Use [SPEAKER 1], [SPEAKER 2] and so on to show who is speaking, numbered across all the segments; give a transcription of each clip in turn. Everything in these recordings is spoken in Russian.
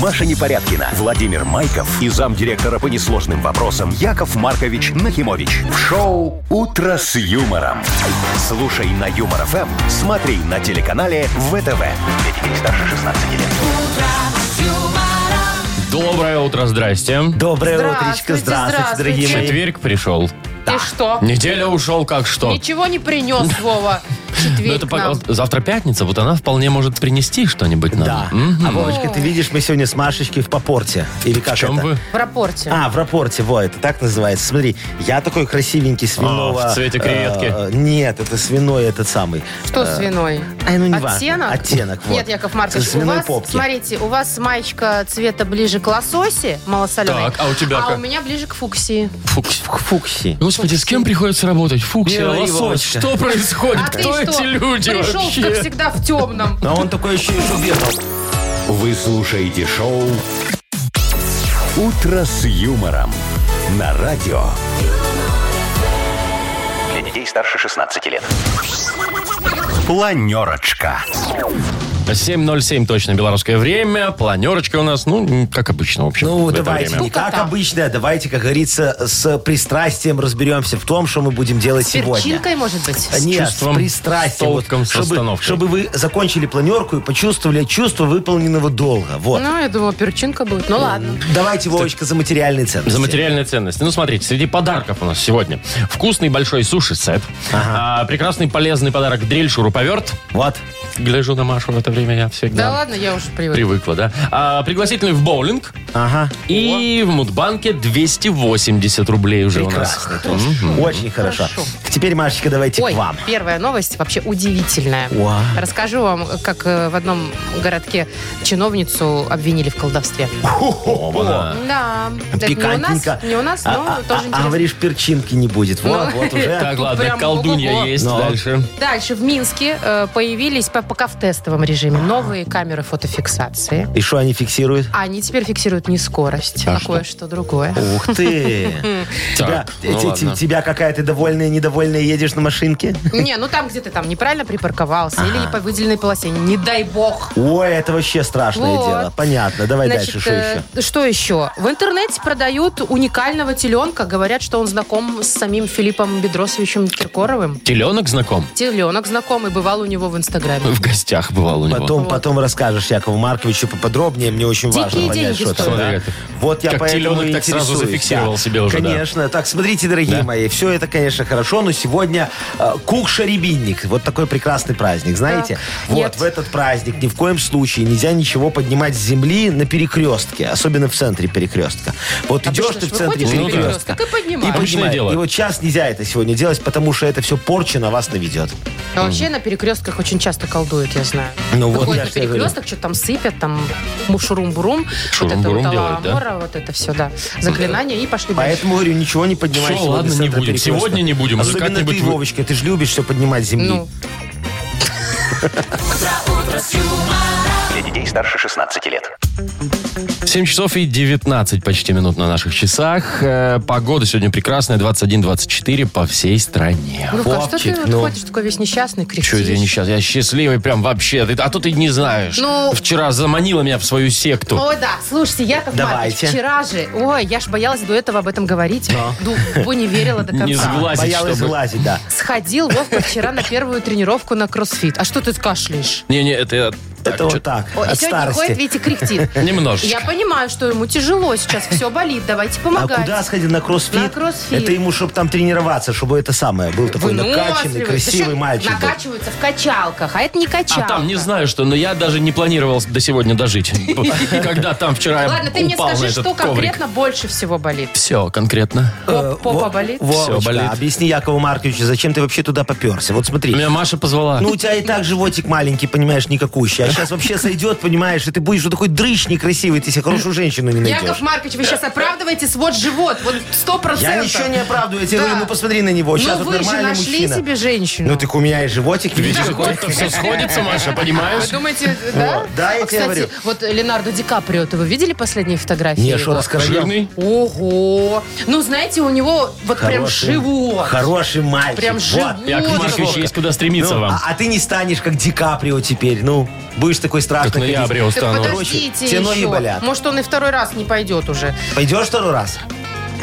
[SPEAKER 1] Маша Непорядкина, Владимир Майков и замдиректора по несложным вопросам Яков Маркович Нахимович. В шоу «Утро с юмором». Слушай на Юмор ФМ, смотри на телеканале ВТВ. детей старше 16 лет.
[SPEAKER 2] Доброе утро, здрасте.
[SPEAKER 3] Доброе
[SPEAKER 4] Здравствуйте,
[SPEAKER 3] утречко, здравствуйте, дорогие мои.
[SPEAKER 2] Четверг пришел.
[SPEAKER 4] И что?
[SPEAKER 2] Неделя ушел как что.
[SPEAKER 4] Ничего не принес Вова
[SPEAKER 2] Ну,
[SPEAKER 4] четверг
[SPEAKER 2] это
[SPEAKER 4] к нам.
[SPEAKER 2] пока- завтра пятница, вот она вполне может принести что-нибудь нам.
[SPEAKER 3] Да.
[SPEAKER 2] М?
[SPEAKER 3] А Вовочка, ты видишь, мы сегодня с Машечкой в попорте. Или как
[SPEAKER 2] В чем
[SPEAKER 3] это?
[SPEAKER 2] вы?
[SPEAKER 4] В рапорте.
[SPEAKER 3] А, в рапорте, во, это так называется. Смотри, я такой красивенький свиного...
[SPEAKER 2] А, в цвете креветки.
[SPEAKER 3] э, нет, это свиной этот самый.
[SPEAKER 4] Что с виной?
[SPEAKER 3] Ай, ну не важно.
[SPEAKER 4] Оттенок?
[SPEAKER 3] Оттенок, вот.
[SPEAKER 4] Нет, Яков Маркович, у
[SPEAKER 3] Свиной
[SPEAKER 4] вас,
[SPEAKER 3] попки.
[SPEAKER 4] смотрите, у вас маечка цвета ближе к лососе малосоленой.
[SPEAKER 2] Так, а у тебя
[SPEAKER 4] А
[SPEAKER 2] как?
[SPEAKER 4] у меня ближе к фуксии.
[SPEAKER 2] Фукс.
[SPEAKER 3] К Фукси.
[SPEAKER 2] ну, Господи, с кем приходится работать? Фуксия,
[SPEAKER 3] Милая
[SPEAKER 2] лосось,
[SPEAKER 3] Вовочка.
[SPEAKER 2] что происходит?
[SPEAKER 4] а ты
[SPEAKER 2] Кто
[SPEAKER 4] что,
[SPEAKER 2] эти люди
[SPEAKER 4] пришел, как
[SPEAKER 2] вообще?
[SPEAKER 4] всегда, в темном?
[SPEAKER 3] А он такой еще и жубехал.
[SPEAKER 1] Вы слушаете шоу «Утро с юмором» на радио. Для детей старше 16 лет. Планерочка.
[SPEAKER 2] 7.07 точно белорусское время, планерочка у нас, ну, как обычно, в общем,
[SPEAKER 3] Ну,
[SPEAKER 2] в это
[SPEAKER 3] давайте,
[SPEAKER 2] время.
[SPEAKER 3] не как
[SPEAKER 4] Скукота.
[SPEAKER 3] обычно, давайте, как говорится, с пристрастием разберемся в том, что мы будем делать
[SPEAKER 4] С
[SPEAKER 3] сегодня. Э,
[SPEAKER 4] перчинкой, может быть?
[SPEAKER 3] Нет,
[SPEAKER 2] чувством,
[SPEAKER 3] с пристрастием.
[SPEAKER 2] с
[SPEAKER 3] Вот,
[SPEAKER 2] толком, с
[SPEAKER 3] чтобы,
[SPEAKER 2] остановкой.
[SPEAKER 3] чтобы вы закончили планерку и почувствовали чувство выполненного долга. Вот.
[SPEAKER 4] Ну, я думала, перчинка будет. Ну, ладно.
[SPEAKER 3] Давайте, Вовочка, за материальные ценности.
[SPEAKER 2] За материальные ценности. Ну, смотрите, среди подарков у нас сегодня вкусный большой суши-сет, а, прекрасный полезный подарок дрель-шуруповерт.
[SPEAKER 3] Вот.
[SPEAKER 2] Гляжу на Машу в это время я
[SPEAKER 4] Да,
[SPEAKER 2] всегда.
[SPEAKER 4] ладно, я уже привыкла.
[SPEAKER 2] Привыкла, да? А, пригласительный в боулинг.
[SPEAKER 3] Ага.
[SPEAKER 2] И в Мудбанке 280 рублей уже
[SPEAKER 3] Прекрасно.
[SPEAKER 2] у нас. Мгм.
[SPEAKER 3] Очень хорошо.
[SPEAKER 4] Хорошо.
[SPEAKER 3] Теперь, Машечка, давайте
[SPEAKER 4] Ой,
[SPEAKER 3] к вам.
[SPEAKER 4] первая новость вообще удивительная.
[SPEAKER 3] Уа.
[SPEAKER 4] Расскажу вам, как э, в одном городке чиновницу обвинили в колдовстве.
[SPEAKER 2] Опа-на.
[SPEAKER 4] Да, это не у нас,
[SPEAKER 3] Пикантненько.
[SPEAKER 4] не у нас, но
[SPEAKER 3] А- а-
[SPEAKER 4] тоже
[SPEAKER 3] а,
[SPEAKER 4] интересно.
[SPEAKER 3] говоришь, перчинки не будет. Вот,
[SPEAKER 4] Ну.
[SPEAKER 3] вот уже.
[SPEAKER 2] Так, ладно,
[SPEAKER 4] Прям
[SPEAKER 2] колдунья
[SPEAKER 4] ого-го.
[SPEAKER 2] есть
[SPEAKER 3] Ну.
[SPEAKER 2] дальше.
[SPEAKER 4] Дальше в Минске э, появились по- пока в тестовом
[SPEAKER 3] А.
[SPEAKER 4] режиме новые камеры фотофиксации.
[SPEAKER 3] И что они фиксируют?
[SPEAKER 4] Они теперь фиксируют не скорость, а,
[SPEAKER 2] что?
[SPEAKER 4] кое-что другое.
[SPEAKER 3] Ух ты! Тебя,
[SPEAKER 2] Так, ну
[SPEAKER 3] те- те-
[SPEAKER 2] ладно.
[SPEAKER 3] тебя какая ты довольная, недовольная едешь на машинке?
[SPEAKER 4] Не, ну там, где ты там неправильно припарковался или по выделенной полосе, не дай бог.
[SPEAKER 3] Ой, это вообще страшное
[SPEAKER 4] Вот.
[SPEAKER 3] дело. Понятно. Давай
[SPEAKER 4] Значит,
[SPEAKER 3] дальше, что
[SPEAKER 4] э,
[SPEAKER 3] еще?
[SPEAKER 4] что еще? В интернете продают уникального теленка. Говорят, что он знаком с самим Филиппом Бедросовичем Киркоровым.
[SPEAKER 2] Теленок знаком?
[SPEAKER 4] Теленок знакомый, бывал у него в Инстаграме.
[SPEAKER 2] В гостях бывал у него.
[SPEAKER 3] Потом, потом расскажешь Якову Марковичу поподробнее. Мне очень
[SPEAKER 4] Дикие
[SPEAKER 3] важно понять,
[SPEAKER 4] деньги
[SPEAKER 3] что это.
[SPEAKER 4] стоят.
[SPEAKER 3] да.
[SPEAKER 2] Смотри, как-
[SPEAKER 3] Вот я
[SPEAKER 2] как
[SPEAKER 3] поэтому
[SPEAKER 2] теленок
[SPEAKER 3] и
[SPEAKER 2] так сразу
[SPEAKER 3] интересуюсь,
[SPEAKER 2] зафиксировал
[SPEAKER 3] да.
[SPEAKER 2] себе уже, да.
[SPEAKER 3] Конечно. Так, смотрите, дорогие
[SPEAKER 2] Да.
[SPEAKER 3] мои, все это, конечно, хорошо, но сегодня э, кукша-рябинник. Вот такой прекрасный праздник, знаете?
[SPEAKER 4] Так,
[SPEAKER 3] вот,
[SPEAKER 4] нет.
[SPEAKER 3] в этот праздник ни в коем случае нельзя ничего поднимать с земли на перекрестке, особенно в центре перекрестка. Вот
[SPEAKER 4] Обычно
[SPEAKER 3] идешь ты
[SPEAKER 4] А ж
[SPEAKER 3] в центре
[SPEAKER 4] выходишь на
[SPEAKER 3] перекрестка.
[SPEAKER 4] перекресток и поднимаешь.
[SPEAKER 2] Обычное
[SPEAKER 3] поднимаешь.
[SPEAKER 2] дело.
[SPEAKER 3] И вот сейчас нельзя это сегодня делать, потому что это все порча на вас наведет.
[SPEAKER 4] А вообще на перекрестках очень часто колдуют, я знаю.
[SPEAKER 3] Ну вот,
[SPEAKER 4] Выходят
[SPEAKER 3] я
[SPEAKER 4] на
[SPEAKER 3] ж тебе говорю.
[SPEAKER 4] перекресток, что-то там сыпят, там мушурум-бурум. Вот это
[SPEAKER 2] Шурум-бурум
[SPEAKER 4] вот
[SPEAKER 2] делают, да?
[SPEAKER 4] аламора, вот это все, да. Заклинания и пошли дальше.
[SPEAKER 3] Поэтому, говорю, ничего не поднимай
[SPEAKER 2] Всё,
[SPEAKER 3] сегодня
[SPEAKER 2] ладно,
[SPEAKER 3] с
[SPEAKER 2] не
[SPEAKER 3] этого
[SPEAKER 2] будем.
[SPEAKER 3] перекрестка.
[SPEAKER 2] Сегодня не будем, а за
[SPEAKER 3] Особенно
[SPEAKER 2] как-нибудь
[SPEAKER 3] ты,
[SPEAKER 2] вы-
[SPEAKER 3] Вовочка, ты же любишь все поднимать с земли.
[SPEAKER 4] Ну,
[SPEAKER 1] Для детей старше 16 лет.
[SPEAKER 2] 7 часов и 19 почти минут на наших часах. Э, Погода сегодня прекрасная, 21-24 по всей стране.
[SPEAKER 4] ну как, что ты
[SPEAKER 3] Вовчик,
[SPEAKER 4] вот
[SPEAKER 3] ну.
[SPEAKER 4] ходишь такой весь несчастный, кричишь?
[SPEAKER 2] Чего я несчастный? Я счастливый прям вообще. Ты- А то ты не знаешь.
[SPEAKER 4] Ну.
[SPEAKER 2] Вчера заманила меня в свою секту.
[SPEAKER 4] Ой, да, слушайте, Яков Маркович,
[SPEAKER 3] Давайте.
[SPEAKER 4] вчера же, ой, я ж боялась до этого об этом говорить, Дубу не верила до
[SPEAKER 2] Не
[SPEAKER 4] конца.
[SPEAKER 2] сгла- Лазить,
[SPEAKER 3] Боялась
[SPEAKER 2] чтобы-
[SPEAKER 3] лазить, да.
[SPEAKER 4] Сходил Вовка вчера на первую тренировку на кроссфит. А что ты кашляешь?
[SPEAKER 2] Не-не, это я так,
[SPEAKER 3] это
[SPEAKER 2] чё-
[SPEAKER 3] вот так,
[SPEAKER 4] Ой,
[SPEAKER 3] от
[SPEAKER 4] сегодня
[SPEAKER 3] старости.
[SPEAKER 4] ходит, видите, кряхтит. Я
[SPEAKER 2] Немножечко.
[SPEAKER 4] понимаю, что ему тяжело сейчас, все болит, давайте
[SPEAKER 3] а
[SPEAKER 4] помогать.
[SPEAKER 3] куда сходил? На кроссфит?
[SPEAKER 4] На кроссфит.
[SPEAKER 3] Это ему, чтобы там тренироваться, чтобы это самое, был такой накачанный,
[SPEAKER 4] Выносливый.
[SPEAKER 3] красивый
[SPEAKER 4] Ты что,
[SPEAKER 3] мальчик. был.
[SPEAKER 4] Накачиваются в качалках, а это не качалка.
[SPEAKER 2] А там не знаю что, но я даже не планировал до сегодня дожить. И когда там вчера я
[SPEAKER 4] Ладно, ты мне
[SPEAKER 2] упал на
[SPEAKER 4] скажи,
[SPEAKER 2] этот
[SPEAKER 4] что
[SPEAKER 2] коврик.
[SPEAKER 4] конкретно больше всего болит.
[SPEAKER 2] Все, конкретно.
[SPEAKER 3] Э,
[SPEAKER 4] Поп- Попа
[SPEAKER 3] Во-
[SPEAKER 4] болит?
[SPEAKER 2] Всё
[SPEAKER 3] Вовочка,
[SPEAKER 2] болит.
[SPEAKER 3] объясни Якову Марковичу, зачем ты вообще туда поперся? Вот смотри.
[SPEAKER 2] Меня Маша позвала.
[SPEAKER 3] Ну, у тебя и так животик маленький, понимаешь, никакущий. А сейчас вообще сойдет, понимаешь, и ты будешь вот такой дрыщ некрасивый, ты себе хорошую женщину не найдешь.
[SPEAKER 4] Яков Маркович, вы сейчас оправдываете свод живот, вот сто процентов.
[SPEAKER 3] Я ничего не оправдываю, я тебе
[SPEAKER 4] Да.
[SPEAKER 3] говорю, ну посмотри на него. Сейчас
[SPEAKER 4] Ну
[SPEAKER 3] вот
[SPEAKER 4] вы же
[SPEAKER 3] нормальный
[SPEAKER 4] нашли
[SPEAKER 3] мужчина.
[SPEAKER 4] себе женщину.
[SPEAKER 3] Ну так у меня и животик, видишь,
[SPEAKER 2] Видишь, тут-то все сходится, Маша, понимаешь?
[SPEAKER 4] Вы думаете, да?
[SPEAKER 3] Вот, да, я тебе
[SPEAKER 4] А, Кстати,
[SPEAKER 3] говорю.
[SPEAKER 4] вот Леонардо Ди Каприо, это вы видели последние фотографии?
[SPEAKER 3] Не,
[SPEAKER 4] его?
[SPEAKER 3] шо раскоролел.
[SPEAKER 2] Жирный?
[SPEAKER 4] Ого! Ну, знаете, у него вот прям живот.
[SPEAKER 3] Хороший мальчик.
[SPEAKER 4] Прям
[SPEAKER 3] Вот.
[SPEAKER 2] а
[SPEAKER 4] живот.
[SPEAKER 2] Яков Маркович,
[SPEAKER 4] Вовка.
[SPEAKER 2] есть куда стремиться
[SPEAKER 3] Ну,
[SPEAKER 2] вам.
[SPEAKER 3] А, а ты не станешь как Ди Каприо теперь, ну. Будешь такой страшный.
[SPEAKER 2] Как на
[SPEAKER 3] ходить.
[SPEAKER 2] ябре
[SPEAKER 4] Так
[SPEAKER 2] устану.
[SPEAKER 4] подождите
[SPEAKER 3] Короче, те ноги
[SPEAKER 4] еще.
[SPEAKER 3] болят.
[SPEAKER 4] Может, он и второй раз не пойдет уже.
[SPEAKER 3] Пойдешь второй раз?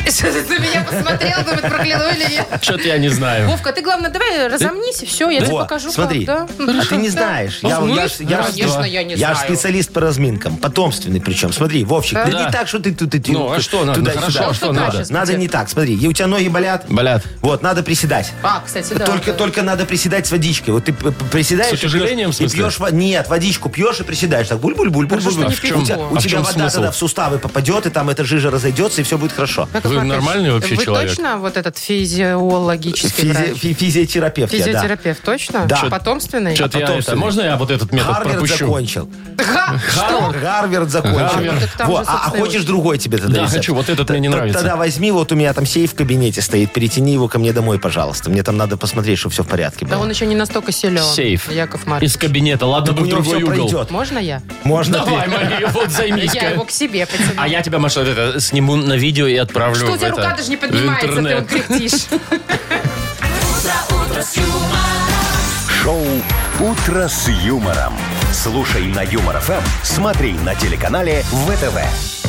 [SPEAKER 4] Что ты на меня посмотрел, думает, прокляну или нет.
[SPEAKER 2] Что-то я не знаю.
[SPEAKER 4] Вовка, ты, главное, давай разомнись, и все, я тебе
[SPEAKER 3] Вот,
[SPEAKER 4] покажу. как,
[SPEAKER 3] смотри.
[SPEAKER 4] да?
[SPEAKER 3] А ты не знаешь. Я,
[SPEAKER 2] Ну,
[SPEAKER 3] я ж- я ж-
[SPEAKER 4] конечно, я не
[SPEAKER 3] я ж
[SPEAKER 4] знаю.
[SPEAKER 3] специалист по разминкам. Потомственный причем. Смотри, Вовчик,
[SPEAKER 4] Да.
[SPEAKER 3] да
[SPEAKER 2] Да.
[SPEAKER 3] не так, что ты тут идти.
[SPEAKER 2] Ну, а что надо? Хорошо,
[SPEAKER 4] сюда.
[SPEAKER 2] а что
[SPEAKER 4] Что
[SPEAKER 2] надо?
[SPEAKER 4] тащишь?
[SPEAKER 3] Надо не так. Смотри, и у тебя ноги болят.
[SPEAKER 2] Болят.
[SPEAKER 3] Вот, надо приседать.
[SPEAKER 4] А, кстати, да.
[SPEAKER 3] только,
[SPEAKER 4] да.
[SPEAKER 3] только надо приседать с водичкой. Вот ты п- п- приседаешь...
[SPEAKER 2] С утяжелением,
[SPEAKER 3] и
[SPEAKER 2] в смысле?
[SPEAKER 3] пьешь во- Нет, водичку пьешь и приседаешь. Так, буль-буль-буль-буль.
[SPEAKER 4] Хорошо, что не
[SPEAKER 3] У тебя,
[SPEAKER 4] пивко.
[SPEAKER 3] у тебя
[SPEAKER 2] А в чем
[SPEAKER 3] вода
[SPEAKER 2] смысл?
[SPEAKER 3] тогда в суставы попадет, и там эта жижа разойдется, и все будет хорошо.
[SPEAKER 4] Яков
[SPEAKER 2] Вы
[SPEAKER 4] Маркович,
[SPEAKER 2] нормальный вообще
[SPEAKER 4] вы
[SPEAKER 2] человек?
[SPEAKER 4] точно вот этот физиологический
[SPEAKER 3] Физи-
[SPEAKER 4] врач?
[SPEAKER 3] фи- Физиотерапевт. я, да.
[SPEAKER 4] Физиотерапевт, точно?
[SPEAKER 3] Да.
[SPEAKER 4] Чё- Потомственный?
[SPEAKER 2] Что-то я это...
[SPEAKER 3] потомственный.
[SPEAKER 2] Можно я вот этот метод
[SPEAKER 3] Гарвард
[SPEAKER 2] пропущу?
[SPEAKER 3] закончил.
[SPEAKER 4] Ха! Что?
[SPEAKER 3] Гарвард закончил.
[SPEAKER 2] Гарвард.
[SPEAKER 4] А Так там
[SPEAKER 3] Во,
[SPEAKER 4] же,
[SPEAKER 3] а- а,
[SPEAKER 4] собственно,
[SPEAKER 3] хочешь
[SPEAKER 4] его-
[SPEAKER 3] другой тебе тогда
[SPEAKER 2] Да,
[SPEAKER 3] рецепт?
[SPEAKER 2] хочу, вот этот мне не
[SPEAKER 3] Т-
[SPEAKER 2] нравится.
[SPEAKER 3] Тогда возьми, вот у меня там сейф в кабинете стоит, перетяни его ко мне домой, пожалуйста. Мне там надо посмотреть, чтобы все в порядке
[SPEAKER 4] Да
[SPEAKER 3] было.
[SPEAKER 4] он еще не настолько силен.
[SPEAKER 2] Сейф.
[SPEAKER 4] Яков
[SPEAKER 2] Из
[SPEAKER 4] Маркович.
[SPEAKER 2] кабинета. Ладно бы
[SPEAKER 3] У
[SPEAKER 2] в
[SPEAKER 3] него
[SPEAKER 2] другой
[SPEAKER 3] все
[SPEAKER 2] угол.
[SPEAKER 3] пройдет.
[SPEAKER 4] Можно я?
[SPEAKER 3] Можно
[SPEAKER 2] Давай,
[SPEAKER 3] ты?
[SPEAKER 2] Мария, вот
[SPEAKER 4] Я его
[SPEAKER 2] займись-ка.
[SPEAKER 4] к себе потяну.
[SPEAKER 2] А я тебя, Маша, вот это, сниму на видео и отправлю
[SPEAKER 4] Что у
[SPEAKER 2] в
[SPEAKER 4] тебя
[SPEAKER 2] это,
[SPEAKER 4] рука даже не
[SPEAKER 2] в
[SPEAKER 4] поднимается, ты вот
[SPEAKER 2] интернет.
[SPEAKER 4] кряхтишь.
[SPEAKER 1] Шоу «Утро с юмором». Слушай на Юмор ФМ, смотри на телеканале ВТВ.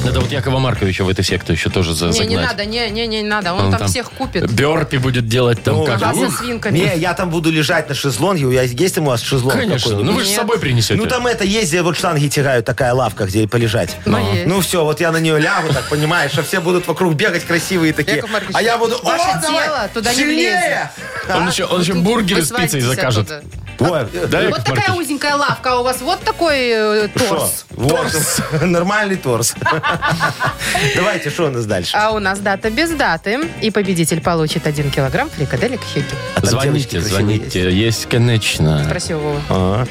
[SPEAKER 2] Надо вот Якова Марковича в эту секту еще тоже за-
[SPEAKER 4] Не,
[SPEAKER 2] загнать.
[SPEAKER 4] не надо, не, не, не надо. Он, там, всех купит.
[SPEAKER 2] Бёрпи будет делать там
[SPEAKER 3] Ну,
[SPEAKER 2] как.
[SPEAKER 4] Да, со
[SPEAKER 2] Ух,
[SPEAKER 4] свинками.
[SPEAKER 3] Не, я там буду лежать на шезлонге. У меня есть там у вас шезлонг
[SPEAKER 2] Конечно,
[SPEAKER 3] какой-нибудь?
[SPEAKER 2] ну вы же с
[SPEAKER 4] Нет.
[SPEAKER 2] собой принесете.
[SPEAKER 3] Ну там это есть, где вот штанги тягают, такая лавка, где и полежать.
[SPEAKER 4] Ну, есть.
[SPEAKER 3] Ну все, вот я на нее лягу, так понимаешь, а все будут вокруг бегать красивые такие.
[SPEAKER 4] Яков Маркович,
[SPEAKER 3] А я буду...
[SPEAKER 4] ваше
[SPEAKER 3] «О, давай,
[SPEAKER 4] тело туда не
[SPEAKER 3] сильнее!» а?
[SPEAKER 2] Он еще, он еще бургеры
[SPEAKER 4] Вы
[SPEAKER 2] с пиццей
[SPEAKER 4] свалитесь
[SPEAKER 2] закажет.
[SPEAKER 4] оттуда.
[SPEAKER 3] Вот,
[SPEAKER 2] Да, Яков
[SPEAKER 4] Ну, Вот такая
[SPEAKER 2] Маркович?
[SPEAKER 4] узенькая лавка, а у вас вот такой э,
[SPEAKER 3] Шо?
[SPEAKER 4] торс.
[SPEAKER 3] Вот. Нормальный торс. Давайте, что у нас дальше?
[SPEAKER 4] А у нас дата без даты. И победитель получит 1 килограмм фрикаделек Хюги.
[SPEAKER 3] А там
[SPEAKER 2] Звоните,
[SPEAKER 3] девочки красивые
[SPEAKER 2] звоните,
[SPEAKER 3] есть.
[SPEAKER 2] есть, конечно.
[SPEAKER 4] Спроси у Вовы.
[SPEAKER 2] А.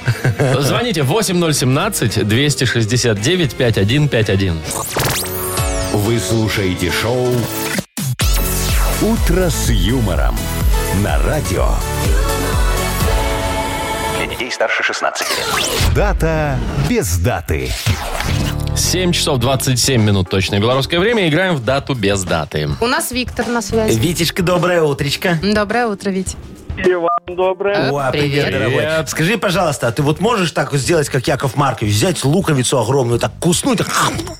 [SPEAKER 2] Звоните 8017-269-5151.
[SPEAKER 1] Вы слушаете шоу «Утро с юмором» на радио. Для детей старше 16 лет. Дата без даты.
[SPEAKER 2] 7 часов 27 минут точное белорусское время. Играем в дату без даты.
[SPEAKER 4] У нас Виктор на связи.
[SPEAKER 3] Витечка, доброе утречко.
[SPEAKER 4] Доброе утро, Вить.
[SPEAKER 5] И вам доброе.
[SPEAKER 3] О,
[SPEAKER 4] привет.
[SPEAKER 3] привет, дорогой.
[SPEAKER 2] Привет.
[SPEAKER 3] Скажи, пожалуйста, а ты вот можешь так сделать, как Яков Маркович, взять луковицу огромную, так куснуть, так,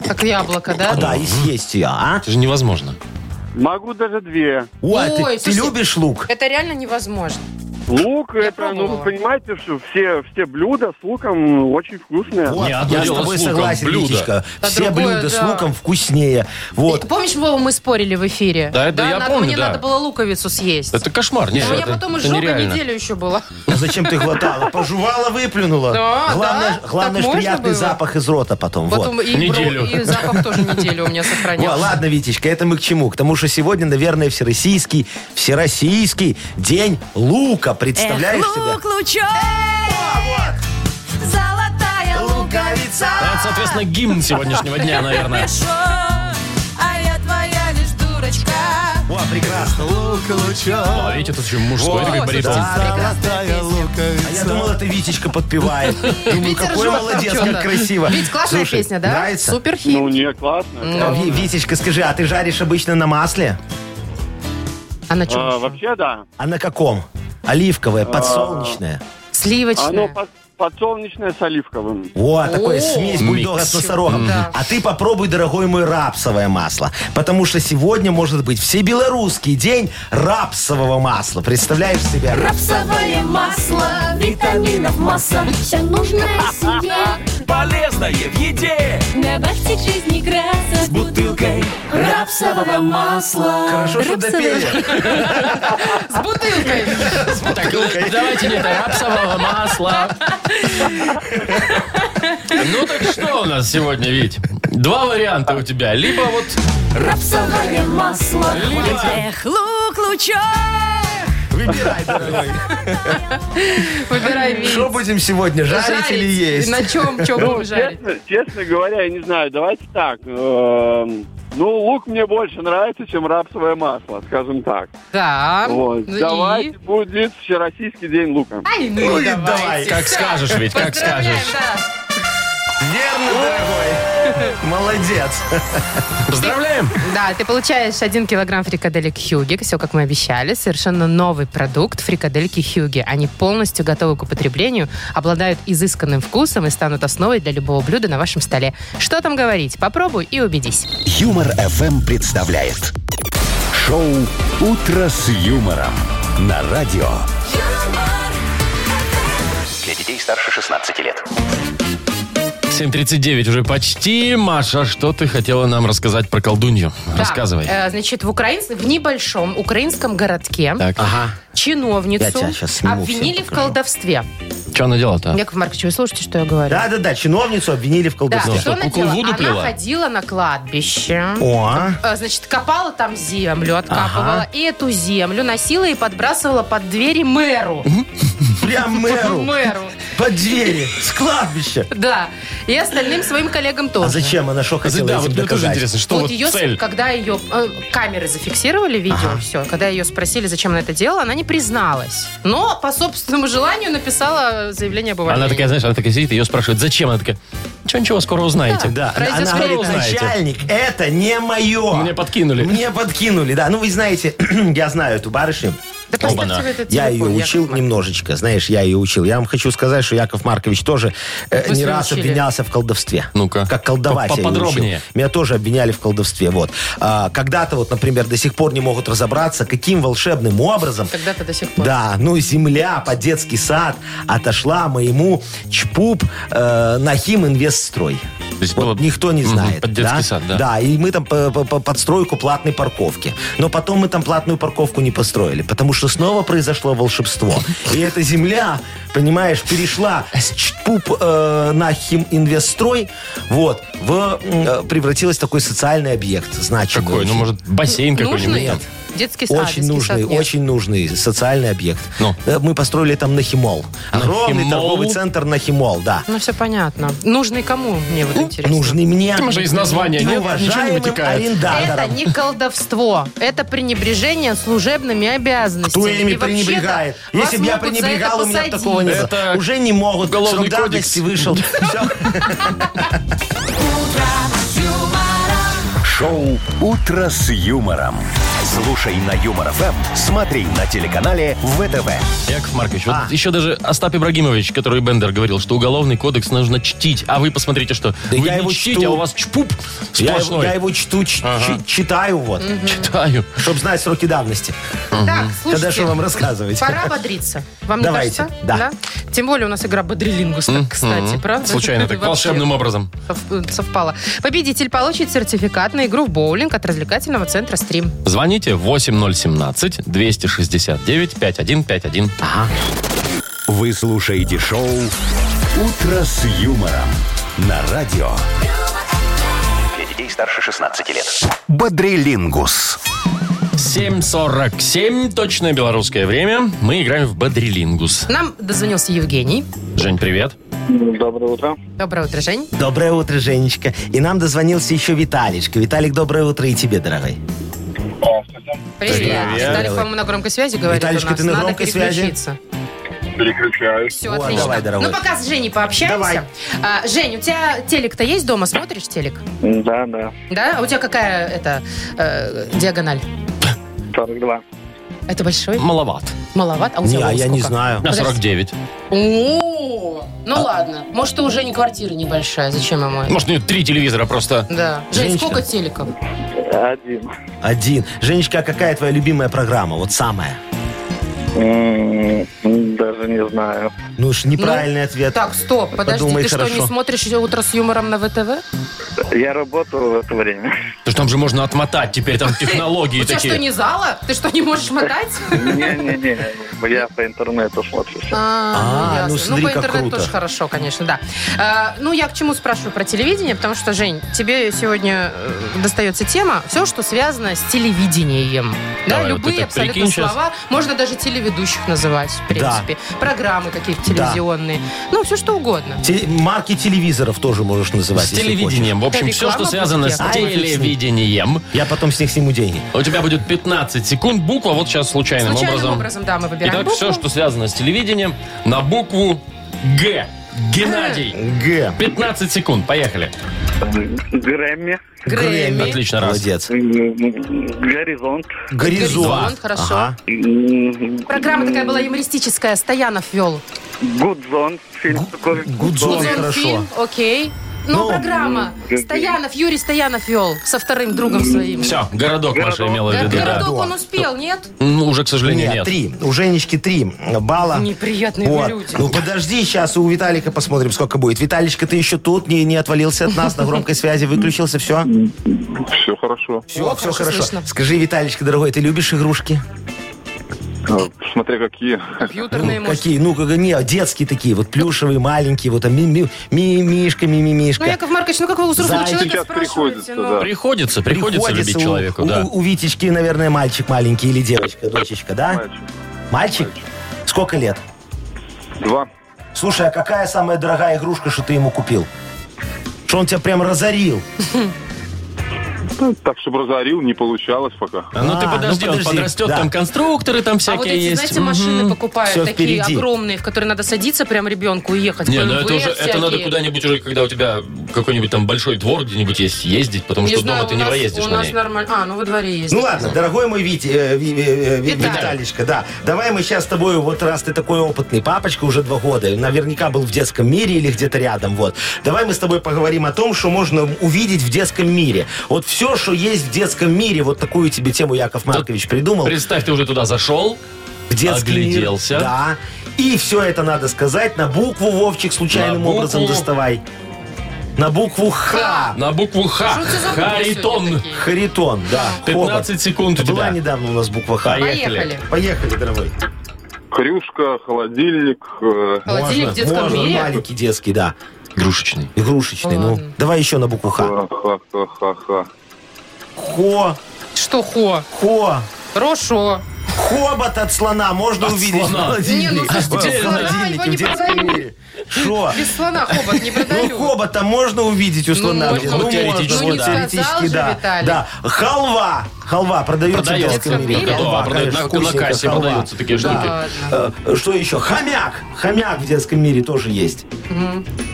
[SPEAKER 4] Как яблоко, да?
[SPEAKER 3] а, да, и съесть ее, а?
[SPEAKER 2] Это же невозможно.
[SPEAKER 5] Могу даже две.
[SPEAKER 3] Ой, ты-
[SPEAKER 4] Ой,
[SPEAKER 3] ты,
[SPEAKER 4] слушай.
[SPEAKER 3] любишь лук?
[SPEAKER 4] Это реально невозможно.
[SPEAKER 5] Лук
[SPEAKER 4] Я
[SPEAKER 5] это, ну
[SPEAKER 4] пробовала.
[SPEAKER 5] вы понимаете, что все, все блюда с луком ну, очень вкусные.
[SPEAKER 3] Вот,
[SPEAKER 2] Не, одно
[SPEAKER 3] я с
[SPEAKER 2] дело
[SPEAKER 3] тобой
[SPEAKER 2] с луком,
[SPEAKER 3] согласен,
[SPEAKER 2] блюдо.
[SPEAKER 3] Витечка.
[SPEAKER 4] А
[SPEAKER 3] Все
[SPEAKER 4] другое,
[SPEAKER 3] блюда с
[SPEAKER 4] да.
[SPEAKER 3] луком вкуснее.
[SPEAKER 4] Ты
[SPEAKER 3] Вот.
[SPEAKER 4] Помнишь, Вова, мы спорили в эфире?
[SPEAKER 2] Да, это я
[SPEAKER 4] надо-
[SPEAKER 2] помню,
[SPEAKER 4] Мне
[SPEAKER 2] да.
[SPEAKER 4] надо было луковицу съесть.
[SPEAKER 2] Это кошмар. Нет,
[SPEAKER 4] У меня
[SPEAKER 2] это-
[SPEAKER 4] Ну, потом
[SPEAKER 2] это
[SPEAKER 4] изжога
[SPEAKER 2] нереально.
[SPEAKER 4] неделю еще была.
[SPEAKER 3] А зачем ты глотала? Пожевала, выплюнула.
[SPEAKER 4] Да,
[SPEAKER 3] главное,
[SPEAKER 4] да,
[SPEAKER 3] главное
[SPEAKER 4] так
[SPEAKER 3] ж
[SPEAKER 4] можно
[SPEAKER 3] приятный
[SPEAKER 4] было.
[SPEAKER 3] запах из рота потом. вот.
[SPEAKER 4] Потом и,
[SPEAKER 2] Неделю.
[SPEAKER 4] и запах тоже неделю у меня
[SPEAKER 3] Во,
[SPEAKER 4] сохранялся.
[SPEAKER 3] ладно, Витечка, это мы к чему? К тому, что сегодня, наверное, всероссийский, всероссийский день лука. Представляешь себя?
[SPEAKER 6] Лук, лучок, золотая
[SPEAKER 3] Луковица!
[SPEAKER 2] Да, Это, соответственно, гимн сегодняшнего дня, наверное.
[SPEAKER 6] Хорошо, а я твоя лишь дурочка.
[SPEAKER 3] О, прекрасно. Лук,
[SPEAKER 2] А
[SPEAKER 3] лучок.
[SPEAKER 2] видите, тут еще мужской такой
[SPEAKER 4] слушай,
[SPEAKER 2] баритон.
[SPEAKER 4] да.
[SPEAKER 7] Золотая
[SPEAKER 3] А
[SPEAKER 7] луковица.
[SPEAKER 3] я думал, это Витечка подпевает. Думаю,
[SPEAKER 4] Витя
[SPEAKER 3] какой
[SPEAKER 4] ржет
[SPEAKER 3] молодец,
[SPEAKER 4] там чё-то.
[SPEAKER 3] как красиво.
[SPEAKER 4] Ведь классная
[SPEAKER 3] Слушай,
[SPEAKER 4] песня, да?
[SPEAKER 3] Нравится?
[SPEAKER 4] Супер хит.
[SPEAKER 5] Ну не классно.
[SPEAKER 3] А, Ви- Витечка, скажи, а ты жаришь обычно на масле?
[SPEAKER 4] А на чем?
[SPEAKER 5] А, вообще да.
[SPEAKER 3] А на каком? Оливковое, подсолнечное.
[SPEAKER 4] Сливочная.
[SPEAKER 5] Оно под- подсолнечное с оливковым.
[SPEAKER 3] О, такое
[SPEAKER 4] О,
[SPEAKER 3] смесь бульдога
[SPEAKER 2] микс.
[SPEAKER 3] с носорогом.
[SPEAKER 4] Да.
[SPEAKER 3] А ты попробуй, дорогой мой, рапсовое масло. Потому что сегодня может быть всебелорусский день рапсового масла. Представляешь себе?
[SPEAKER 6] Рапсовое масло, витаминов масса. Все нужное себе.
[SPEAKER 7] Полезное в еде.
[SPEAKER 6] Добавьте к жизни краса. С бутылкой рапсового масла.
[SPEAKER 3] Хорошо, что допели.
[SPEAKER 4] С бутылкой.
[SPEAKER 2] Так, Давайте нет, рапсового масла. Ну так что у нас сегодня, Вить? Два варианта у тебя. Либо вот
[SPEAKER 6] Рапсовое масло. Эх, лук, лучок.
[SPEAKER 3] Выбирай, дорогой.
[SPEAKER 4] Выбирай вид.
[SPEAKER 3] Что будем сегодня, жарить или есть?
[SPEAKER 4] На чем, чем
[SPEAKER 5] Ну,
[SPEAKER 4] будем жарить?
[SPEAKER 5] честно, честно говоря, я не знаю. Давайте так. эм, Ну, лук мне больше нравится, чем рапсовое масло, скажем так.
[SPEAKER 4] Да.
[SPEAKER 5] Вот.
[SPEAKER 4] Ну и-
[SPEAKER 5] Давайте будет Всероссийский день лука.
[SPEAKER 4] Ай, ну и
[SPEAKER 3] Ой, давай,
[SPEAKER 4] давайте.
[SPEAKER 2] как
[SPEAKER 4] Всё.
[SPEAKER 2] скажешь, Вить, как
[SPEAKER 4] Поздравляем,
[SPEAKER 2] скажешь.
[SPEAKER 4] да.
[SPEAKER 3] Верно, дорогой. Молодец.
[SPEAKER 2] Поздравляем!
[SPEAKER 4] Да, ты получаешь 1 килограмм фрикаделек Хьюги. Все, как мы обещали. Совершенно новый продукт фрикадельки Хьюги. Они полностью готовы к употреблению, обладают изысканным вкусом и станут основой для любого блюда на вашем столе. Что там говорить? Попробуй и убедись.
[SPEAKER 1] Юмор FM представляет шоу Утро с юмором на радио.
[SPEAKER 6] юмор,
[SPEAKER 8] Для детей старше 16 лет.
[SPEAKER 2] 7.39 уже почти. Маша, что ты хотела нам рассказать про колдунью? Рассказывай.
[SPEAKER 4] Так, э, значит, в, украинс- в небольшом украинском городке
[SPEAKER 2] Так,
[SPEAKER 3] Ага.
[SPEAKER 4] чиновницу
[SPEAKER 3] Я тебя щас сниму,
[SPEAKER 4] обвинили
[SPEAKER 3] всем
[SPEAKER 4] в
[SPEAKER 3] покажу.
[SPEAKER 4] колдовстве.
[SPEAKER 2] что она делала-то?
[SPEAKER 4] Яков Маркович, вы слушаете, что я говорю?
[SPEAKER 3] Да-да-да, чиновницу обвинили в
[SPEAKER 4] Да,
[SPEAKER 3] колдовстве.
[SPEAKER 4] что она
[SPEAKER 2] куклу
[SPEAKER 4] делала?
[SPEAKER 2] Вуду
[SPEAKER 4] Она
[SPEAKER 2] плела?
[SPEAKER 4] ходила на кладбище.
[SPEAKER 3] О,
[SPEAKER 4] Э, Значит, копала там землю, откапывала, и эту землю носила и подбрасывала под двери мэру.
[SPEAKER 3] прям мэру.
[SPEAKER 4] Мэру.
[SPEAKER 3] Под двери. С кладбища.
[SPEAKER 4] Да. И остальным своим коллегам тоже.
[SPEAKER 3] А зачем она что хотела
[SPEAKER 2] Да,
[SPEAKER 3] этим
[SPEAKER 2] вот мне тоже
[SPEAKER 3] доказать?
[SPEAKER 2] интересно, что
[SPEAKER 4] Вот,
[SPEAKER 2] вот
[SPEAKER 4] ее,
[SPEAKER 2] цель?
[SPEAKER 4] когда ее э, камеры зафиксировали видео, все, когда ее спросили, зачем она это делала, она не призналась. Но по собственному желанию написала заявление об увольнении.
[SPEAKER 2] Она такая, знаешь, она такая сидит, ее спрашивают, зачем? Она такая, ничего-ничего, скоро узнаете.
[SPEAKER 3] Да,
[SPEAKER 4] Произошло.
[SPEAKER 3] она говорит,
[SPEAKER 2] Знаете.
[SPEAKER 3] начальник, это не мое.
[SPEAKER 2] Мне подкинули.
[SPEAKER 3] Мне подкинули, да. Ну, вы знаете, я знаю эту барышню.
[SPEAKER 4] Да поставьте
[SPEAKER 2] Оба-на.
[SPEAKER 4] вы этот
[SPEAKER 3] Я ее
[SPEAKER 4] телефон, Яков
[SPEAKER 3] учил
[SPEAKER 4] Маркович.
[SPEAKER 3] немножечко, знаешь, я ее учил. Я вам хочу сказать, что Яков Маркович тоже э,
[SPEAKER 4] Быстро
[SPEAKER 3] не раз
[SPEAKER 4] учили.
[SPEAKER 3] обвинялся в колдовстве.
[SPEAKER 2] Ну-ка.
[SPEAKER 3] Как колдовать я ее
[SPEAKER 2] Поподробнее.
[SPEAKER 3] учил. Меня тоже обвиняли в колдовстве, вот. А, когда-то вот, например, до сих пор не могут разобраться, каким волшебным образом
[SPEAKER 4] Когда-то до сих пор.
[SPEAKER 3] да, ну земля под детский сад отошла моему ЧПУП э, Нахим Инвестстрой.
[SPEAKER 2] То есть
[SPEAKER 3] Вот
[SPEAKER 2] было-
[SPEAKER 3] никто не
[SPEAKER 2] Мгм,
[SPEAKER 3] знает.
[SPEAKER 2] под детский сад, да.
[SPEAKER 3] Да, и мы там по- по- по- под стройку платной парковки. Но потом мы там платную парковку не построили, потому что снова произошло волшебство. И эта земля, понимаешь, перешла с ЧПУП э, Нахим Инвестстрой, вот, в, м, э, превратилась в такой социальный объект значимый.
[SPEAKER 2] Какой? Ну,
[SPEAKER 3] очень.
[SPEAKER 2] может, бассейн какой-нибудь
[SPEAKER 4] Нужный
[SPEAKER 2] там?
[SPEAKER 4] детский сад,
[SPEAKER 3] Очень
[SPEAKER 4] детский
[SPEAKER 3] нужный,
[SPEAKER 4] сад нет.
[SPEAKER 3] очень нужный социальный объект.
[SPEAKER 2] Ну.
[SPEAKER 3] Э, Мы построили там Нахимол. Огромный
[SPEAKER 2] Нахимол?
[SPEAKER 3] торговый центр Нахимол, да.
[SPEAKER 4] Ну, все понятно. Нужный кому, мне
[SPEAKER 3] Ну,
[SPEAKER 4] вот Ну, интересно.
[SPEAKER 3] Нужный мне.
[SPEAKER 2] Там же из названия
[SPEAKER 3] и
[SPEAKER 2] нет, ничего не
[SPEAKER 3] уважаемым
[SPEAKER 2] вытекает.
[SPEAKER 4] Это
[SPEAKER 3] арендаторам.
[SPEAKER 4] не колдовство. Это пренебрежение служебными обязанностями.
[SPEAKER 3] Кто ими
[SPEAKER 4] И вообще-то
[SPEAKER 3] пренебрегает?
[SPEAKER 4] вас
[SPEAKER 3] Если бы я
[SPEAKER 4] могут за это
[SPEAKER 3] пренебрегал, у меня б
[SPEAKER 4] посадить.
[SPEAKER 3] такого не было.
[SPEAKER 2] Это
[SPEAKER 3] Уже не могут.
[SPEAKER 2] уголовный
[SPEAKER 3] Срок давности
[SPEAKER 2] кодекс.
[SPEAKER 3] вышел. Всё.
[SPEAKER 1] Шоу Утро с юмором. Слушай на Юмор ФМ, смотри на телеканале ВТВ.
[SPEAKER 2] Яков Маркович,
[SPEAKER 3] А.
[SPEAKER 2] вот еще даже Остап Ибрагимович, который Бендер говорил, что уголовный кодекс нужно чтить, а вы посмотрите, что вы
[SPEAKER 3] я
[SPEAKER 2] не
[SPEAKER 3] его
[SPEAKER 2] чтите, а
[SPEAKER 3] чту.
[SPEAKER 2] у вас чпуп
[SPEAKER 3] Я его-
[SPEAKER 2] сплошной.
[SPEAKER 3] я его чту, ч-
[SPEAKER 2] Ага.
[SPEAKER 3] ч- читаю вот,
[SPEAKER 2] читаю.
[SPEAKER 3] чтобы знать сроки давности.
[SPEAKER 4] Так, слушайте.
[SPEAKER 3] Тогда что вам рассказывать?
[SPEAKER 4] Пора бодриться. Вам не
[SPEAKER 3] Давайте,
[SPEAKER 4] кажется?
[SPEAKER 3] да.
[SPEAKER 4] Тем более у нас игра Бодрилингус, так, кстати,
[SPEAKER 2] Мгм.
[SPEAKER 4] правда?
[SPEAKER 2] Случайно так,
[SPEAKER 4] Вообще
[SPEAKER 2] волшебным образом.
[SPEAKER 4] сов- совпало. Победитель получит сертификат на игру в боулинг от развлекательного центра «Стрим».
[SPEAKER 2] Звоните 8017-269-5151.
[SPEAKER 1] Вы слушаете шоу Утро с юмором на радио
[SPEAKER 8] Для детей старше 16 лет.
[SPEAKER 1] Бодрилингус.
[SPEAKER 2] 7.47, точное белорусское время. Мы играем в Бодрилингус.
[SPEAKER 4] Нам дозвонился Евгений.
[SPEAKER 2] Жень, привет.
[SPEAKER 5] Доброе утро.
[SPEAKER 4] Доброе утро, Жень.
[SPEAKER 3] Доброе утро, Женечка. И нам дозвонился еще Виталичка. Виталик, доброе утро и тебе, дорогой.
[SPEAKER 4] Привет.
[SPEAKER 2] Привет.
[SPEAKER 4] Виталик, по-моему, на громкой связи говорит
[SPEAKER 3] Виталичка,
[SPEAKER 4] у нас.
[SPEAKER 3] ты на
[SPEAKER 4] Надо
[SPEAKER 3] громкой связи?
[SPEAKER 4] переключиться.
[SPEAKER 5] Переключаюсь.
[SPEAKER 4] Все,
[SPEAKER 3] Вот,
[SPEAKER 4] отлично.
[SPEAKER 3] давай, дорогой.
[SPEAKER 4] Ну, пока с Женей пообщаемся.
[SPEAKER 3] Давай.
[SPEAKER 4] А, Жень, у тебя телек-то есть дома? Смотришь телек?
[SPEAKER 5] Да, да.
[SPEAKER 4] Да? А у тебя какая это э, диагональ?
[SPEAKER 5] 42.
[SPEAKER 4] Это большой?
[SPEAKER 2] Маловат.
[SPEAKER 4] Маловат? А у
[SPEAKER 3] Не,
[SPEAKER 4] тебя
[SPEAKER 3] а
[SPEAKER 4] вон
[SPEAKER 3] я не
[SPEAKER 4] сколько?
[SPEAKER 3] знаю. А
[SPEAKER 2] На 49.
[SPEAKER 4] О, ну ладно. Может, ты уже не квартира небольшая, зачем ему это?
[SPEAKER 2] Может, у нее три телевизора просто.
[SPEAKER 3] Ну,
[SPEAKER 4] Да. Жень,
[SPEAKER 3] Женечка.
[SPEAKER 4] сколько телеков?
[SPEAKER 5] Один.
[SPEAKER 3] Один. Женечка, а какая твоя любимая программа? Вот самая.
[SPEAKER 5] М, Даже не знаю.
[SPEAKER 3] Ну уж неправильный ответ.
[SPEAKER 4] Так, стоп, подожди,
[SPEAKER 3] Подумай
[SPEAKER 4] ты что, не
[SPEAKER 3] хорошо.
[SPEAKER 4] смотришь «Утро с юмором» на ВТВ?
[SPEAKER 5] Я работал в это время.
[SPEAKER 2] Потому что там же можно отмотать теперь, там технологии
[SPEAKER 4] У тебя
[SPEAKER 2] такие.
[SPEAKER 4] что, не зала? Ты что, не можешь мотать?
[SPEAKER 5] Не-не-не, я по интернету смотрю. всё.
[SPEAKER 3] А,
[SPEAKER 4] А,
[SPEAKER 3] ну,
[SPEAKER 4] ну, ясно. ну
[SPEAKER 3] смотри,
[SPEAKER 4] по
[SPEAKER 3] как
[SPEAKER 4] интернету
[SPEAKER 3] круто.
[SPEAKER 4] тоже хорошо, конечно, да. А, Ну, я к чему спрашиваю про телевидение, потому что, Жень, тебе сегодня э, достается тема, все, что связано с телевидением. Да,
[SPEAKER 2] Давай, вот
[SPEAKER 4] любые
[SPEAKER 2] ты так
[SPEAKER 4] абсолютно
[SPEAKER 2] прикинь щас.
[SPEAKER 4] слова, можно даже телеведущих называть, в принципе. Программы какие-то телевизионные, ну, все что угодно.
[SPEAKER 3] Те- марки телевизоров тоже можешь называть.
[SPEAKER 2] С
[SPEAKER 3] если
[SPEAKER 2] телевидением. В общем,
[SPEAKER 4] Да,
[SPEAKER 2] все, что
[SPEAKER 4] реклама
[SPEAKER 2] связано с
[SPEAKER 4] будет.
[SPEAKER 3] Ай,
[SPEAKER 2] телевидением.
[SPEAKER 3] хочешь. Я потом с них сниму деньги.
[SPEAKER 2] У тебя будет 15 секунд. Буква вот сейчас случайным,
[SPEAKER 4] Случайным
[SPEAKER 2] образом.
[SPEAKER 4] образом, да, мы выбираем
[SPEAKER 2] Итак, все,
[SPEAKER 4] букву.
[SPEAKER 2] что связано с телевидением, на букву Г. Геннадий.
[SPEAKER 3] Г.
[SPEAKER 2] 15 секунд, поехали.
[SPEAKER 5] Грэмми.
[SPEAKER 4] Грэмми.
[SPEAKER 2] Отлично, раз.
[SPEAKER 3] Молодец.
[SPEAKER 5] Горизонт.
[SPEAKER 3] Горизонт.
[SPEAKER 4] Горизонт, хорошо.
[SPEAKER 3] Ага.
[SPEAKER 4] Программа такая была юмористическая. Стоянов вел.
[SPEAKER 5] Гудзон. Фильм такой.
[SPEAKER 3] Гудзон,
[SPEAKER 4] Гудзон
[SPEAKER 3] хорошо.
[SPEAKER 4] фильм, окей. Ну,
[SPEAKER 3] Ну,
[SPEAKER 4] программа.
[SPEAKER 5] м,
[SPEAKER 4] Стоянов, Юрий Стоянов вел со вторым другом своим.
[SPEAKER 2] Все, городок, Маша
[SPEAKER 5] Городок.
[SPEAKER 2] имела в
[SPEAKER 4] Э,
[SPEAKER 2] виду, да.
[SPEAKER 4] Городок он успел, нет?
[SPEAKER 2] Ну, уже, к сожалению,
[SPEAKER 3] Нет,
[SPEAKER 2] нет.
[SPEAKER 3] три. У Женечки три балла.
[SPEAKER 4] Неприятные вы
[SPEAKER 3] Вот.
[SPEAKER 4] люди.
[SPEAKER 3] Ну подожди, сейчас у Виталика посмотрим, сколько будет. Виталичка, ты еще тут, не, не отвалился от нас, на громкой связи выключился, все?
[SPEAKER 5] Все хорошо.
[SPEAKER 3] Все, все
[SPEAKER 4] О, хорошо
[SPEAKER 3] хорошо.
[SPEAKER 4] слышно.
[SPEAKER 3] Скажи, Виталичка, дорогой, ты любишь игрушки?
[SPEAKER 5] Смотря А, какие.
[SPEAKER 4] Компьютерные, может.
[SPEAKER 3] Какие? Ну, как, не, детские такие, вот плюшевые, маленькие, вот там ми- ми- ми- мишка, ми- мимишка.
[SPEAKER 4] Ну, Яков Маркович, ну как вы у взрослого
[SPEAKER 3] Зайчик.
[SPEAKER 4] человека
[SPEAKER 5] Сейчас
[SPEAKER 4] спрашиваете?
[SPEAKER 5] приходится,
[SPEAKER 4] ну?
[SPEAKER 5] да.
[SPEAKER 2] Приходится, приходится, любить
[SPEAKER 3] у-
[SPEAKER 2] человеку,
[SPEAKER 3] у,
[SPEAKER 2] да.
[SPEAKER 3] у Витечки, наверное, мальчик маленький или девочка, дочечка, да? Мальчик? Сколько лет?
[SPEAKER 5] Два.
[SPEAKER 3] Слушай, а какая самая дорогая игрушка, что ты ему купил? Что он тебя прям разорил?
[SPEAKER 5] Ну, Так, чтобы разорил, не получалось пока.
[SPEAKER 2] Ну ты
[SPEAKER 3] А,
[SPEAKER 2] подожди,
[SPEAKER 3] ну,
[SPEAKER 2] он
[SPEAKER 3] подожди,
[SPEAKER 2] подрастет,
[SPEAKER 3] да.
[SPEAKER 2] там конструкторы там
[SPEAKER 4] А
[SPEAKER 2] всякие
[SPEAKER 4] вот эти,
[SPEAKER 2] есть.
[SPEAKER 4] знаете, машины покупают,
[SPEAKER 3] Всё
[SPEAKER 4] такие
[SPEAKER 3] впереди.
[SPEAKER 4] огромные, в которые надо садиться прям ребенку и ехать.
[SPEAKER 2] Не, ну
[SPEAKER 4] BMW
[SPEAKER 2] это уже, это
[SPEAKER 4] всякие.
[SPEAKER 2] надо куда-нибудь уже, когда у тебя какой-нибудь там большой двор где-нибудь есть, ездить, потому
[SPEAKER 4] Не
[SPEAKER 2] что
[SPEAKER 4] знаю,
[SPEAKER 2] дома ты
[SPEAKER 4] у
[SPEAKER 2] не
[SPEAKER 4] нас-
[SPEAKER 2] поездишь
[SPEAKER 4] У
[SPEAKER 2] на
[SPEAKER 4] нас
[SPEAKER 2] ней.
[SPEAKER 4] нормально. А, ну во дворе ездите.
[SPEAKER 3] Ну ладно, дорогой мой Витя, э, Ви- Ви- э, Ви-
[SPEAKER 4] Виталий.
[SPEAKER 3] Виталичка, да. Давай мы сейчас с тобой, вот раз ты такой опытный, папочка уже два года, и наверняка был в детском мире или где-то рядом, вот. Давай мы с тобой поговорим о том, что можно увидеть в детском мире. Вот все, что есть в детском мире, вот такую тебе тему Яков Маркович придумал.
[SPEAKER 2] Представь, ты уже туда зашел,
[SPEAKER 3] В детский мир,
[SPEAKER 2] огляделся.
[SPEAKER 3] да. И все это надо сказать на букву, Вовчик,
[SPEAKER 2] На
[SPEAKER 3] случайным
[SPEAKER 2] букву.
[SPEAKER 3] образом доставай. На букву Х.
[SPEAKER 2] на букву Х,
[SPEAKER 4] Что это за буквы сегодня
[SPEAKER 2] Харитон.
[SPEAKER 4] такие?
[SPEAKER 3] Харитон, да.
[SPEAKER 2] 15 секунд у
[SPEAKER 3] Хобот. Была
[SPEAKER 2] тебя.
[SPEAKER 3] недавно у нас буква Х.
[SPEAKER 2] Поехали.
[SPEAKER 4] Поехали.
[SPEAKER 3] Поехали, дорогой.
[SPEAKER 5] Крюшка, холодильник. э,
[SPEAKER 4] Холодильник в
[SPEAKER 3] Можно,
[SPEAKER 4] детском
[SPEAKER 3] можно,
[SPEAKER 4] мире.
[SPEAKER 3] маленький детский, да.
[SPEAKER 2] Игрушечный.
[SPEAKER 3] Игрушечный, ну.
[SPEAKER 4] Ладно.
[SPEAKER 3] Давай еще на букву Х.
[SPEAKER 5] Ха-ха-ха-ха.
[SPEAKER 3] Хо,
[SPEAKER 4] Что хо?
[SPEAKER 3] хо.
[SPEAKER 4] Хорошо.
[SPEAKER 3] Хобот от слона можно
[SPEAKER 2] От
[SPEAKER 3] увидеть
[SPEAKER 2] слона.
[SPEAKER 3] в холодильнике.
[SPEAKER 4] Не, ну, слушайте,
[SPEAKER 3] В
[SPEAKER 4] без слона
[SPEAKER 3] холодильнике,
[SPEAKER 4] его не
[SPEAKER 3] в детском
[SPEAKER 4] продают.
[SPEAKER 3] мире. Шо?
[SPEAKER 4] Без слона хобот не
[SPEAKER 3] Ну,
[SPEAKER 4] продаю.
[SPEAKER 3] хобота можно увидеть у слона.
[SPEAKER 4] можно.
[SPEAKER 3] Ну,
[SPEAKER 4] Ну,
[SPEAKER 3] можно,
[SPEAKER 2] теоретически,
[SPEAKER 3] вот
[SPEAKER 2] да.
[SPEAKER 4] Ну, не сказал же
[SPEAKER 3] да.
[SPEAKER 4] Виталий.
[SPEAKER 3] Да. Халва. Халва продается,
[SPEAKER 2] Продается.
[SPEAKER 3] в детском мире.
[SPEAKER 4] Детском
[SPEAKER 2] мире? Да, продают.
[SPEAKER 3] конечно,
[SPEAKER 2] На- на
[SPEAKER 3] вкусненько,
[SPEAKER 2] кассе
[SPEAKER 3] халва.
[SPEAKER 2] продаются такие
[SPEAKER 3] Да. Э, Что еще? Хомяк. Хомяк в детскем мире тоже есть.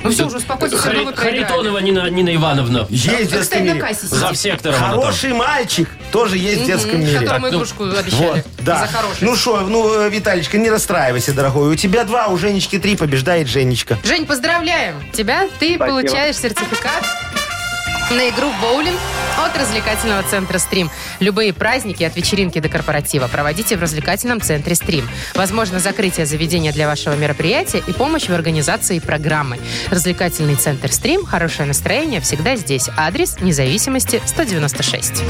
[SPEAKER 4] Ну все, уже успокойтесь, а то вы
[SPEAKER 2] Хари-
[SPEAKER 4] проиграли.
[SPEAKER 2] Харитонова Нина, Нина Ивановна.
[SPEAKER 3] Есть в
[SPEAKER 4] Кстати,
[SPEAKER 3] детском
[SPEAKER 4] на
[SPEAKER 3] мире.
[SPEAKER 4] кассе сидит,
[SPEAKER 2] За сектором. она там.
[SPEAKER 3] Хороший мальчик тоже есть в детском мире.
[SPEAKER 4] которому игрушку обещали.
[SPEAKER 3] ну, Вот, да.
[SPEAKER 4] За хороший.
[SPEAKER 3] Ну что, ну, э, Виталечка, не расстраивайся, дорогой. У тебя два, у Женечки три, побеждает Женечка.
[SPEAKER 4] Жень, поздравляем тебя. Ты получаешь сертификат на игру в боулинг от развлекательного центра «Стрим». Любые праздники от вечеринки до корпоратива проводите в развлекательном центре «Стрим». Возможно, закрытие заведения для вашего мероприятия и помощь в организации программы. Развлекательный центр «Стрим». Хорошее настроение всегда здесь. Адрес независимости 196.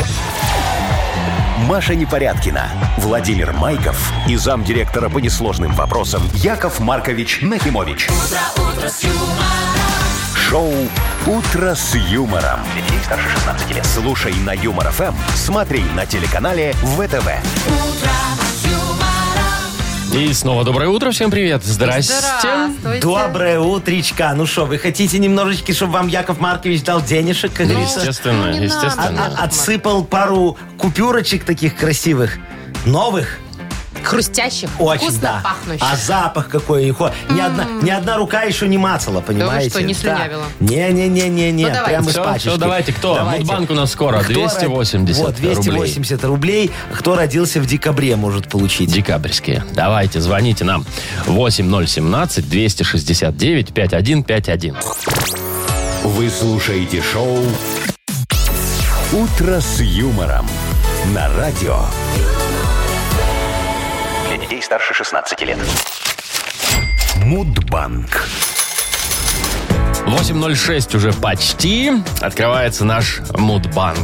[SPEAKER 1] Маша Непорядкина, Владимир Майков и замдиректора по несложным вопросам Яков Маркович Нахимович. Шоу Утро с юмором. Для детей старше 16 лет. Слушай на юмор ФМ, смотри на телеканале ВТВ.
[SPEAKER 2] И снова доброе утро, всем привет. Здрасте.
[SPEAKER 4] Здравствуйте.
[SPEAKER 3] Доброе утречка. Ну что, вы хотите немножечко, чтобы вам Яков Маркович дал денежек, как говорится?
[SPEAKER 2] Естественно,
[SPEAKER 4] Ну, не
[SPEAKER 3] А-
[SPEAKER 2] естественно.
[SPEAKER 3] а- отсыпал пару купюрочек таких красивых, новых.
[SPEAKER 4] Хрустящих,
[SPEAKER 3] Очень,
[SPEAKER 4] вкусно
[SPEAKER 3] да.
[SPEAKER 4] пахнущих.
[SPEAKER 3] А запах какой. и хо- Ни, одна, ни одна рука еще не мацала, понимаете?
[SPEAKER 4] что, не
[SPEAKER 3] Да.
[SPEAKER 4] слюнявила?
[SPEAKER 3] Не-не-не-не-не.
[SPEAKER 4] Ну, давайте.
[SPEAKER 3] Прям из
[SPEAKER 2] Всё,
[SPEAKER 3] пачечки.
[SPEAKER 2] всё, давайте. Кто? Мудбанк у нас скоро.
[SPEAKER 3] Кто ро-
[SPEAKER 2] 280
[SPEAKER 3] Вот, 280 рублей. Кто родился в декабре, может получить.
[SPEAKER 2] Декабрьские. Давайте, звоните нам. 8017-269-5151.
[SPEAKER 1] Вы слушаете шоу Утро с юмором на радио.
[SPEAKER 8] Для детей старше 16 лет.
[SPEAKER 1] Мудбанк.
[SPEAKER 2] 8.06 уже почти. Открывается наш Мудбанк.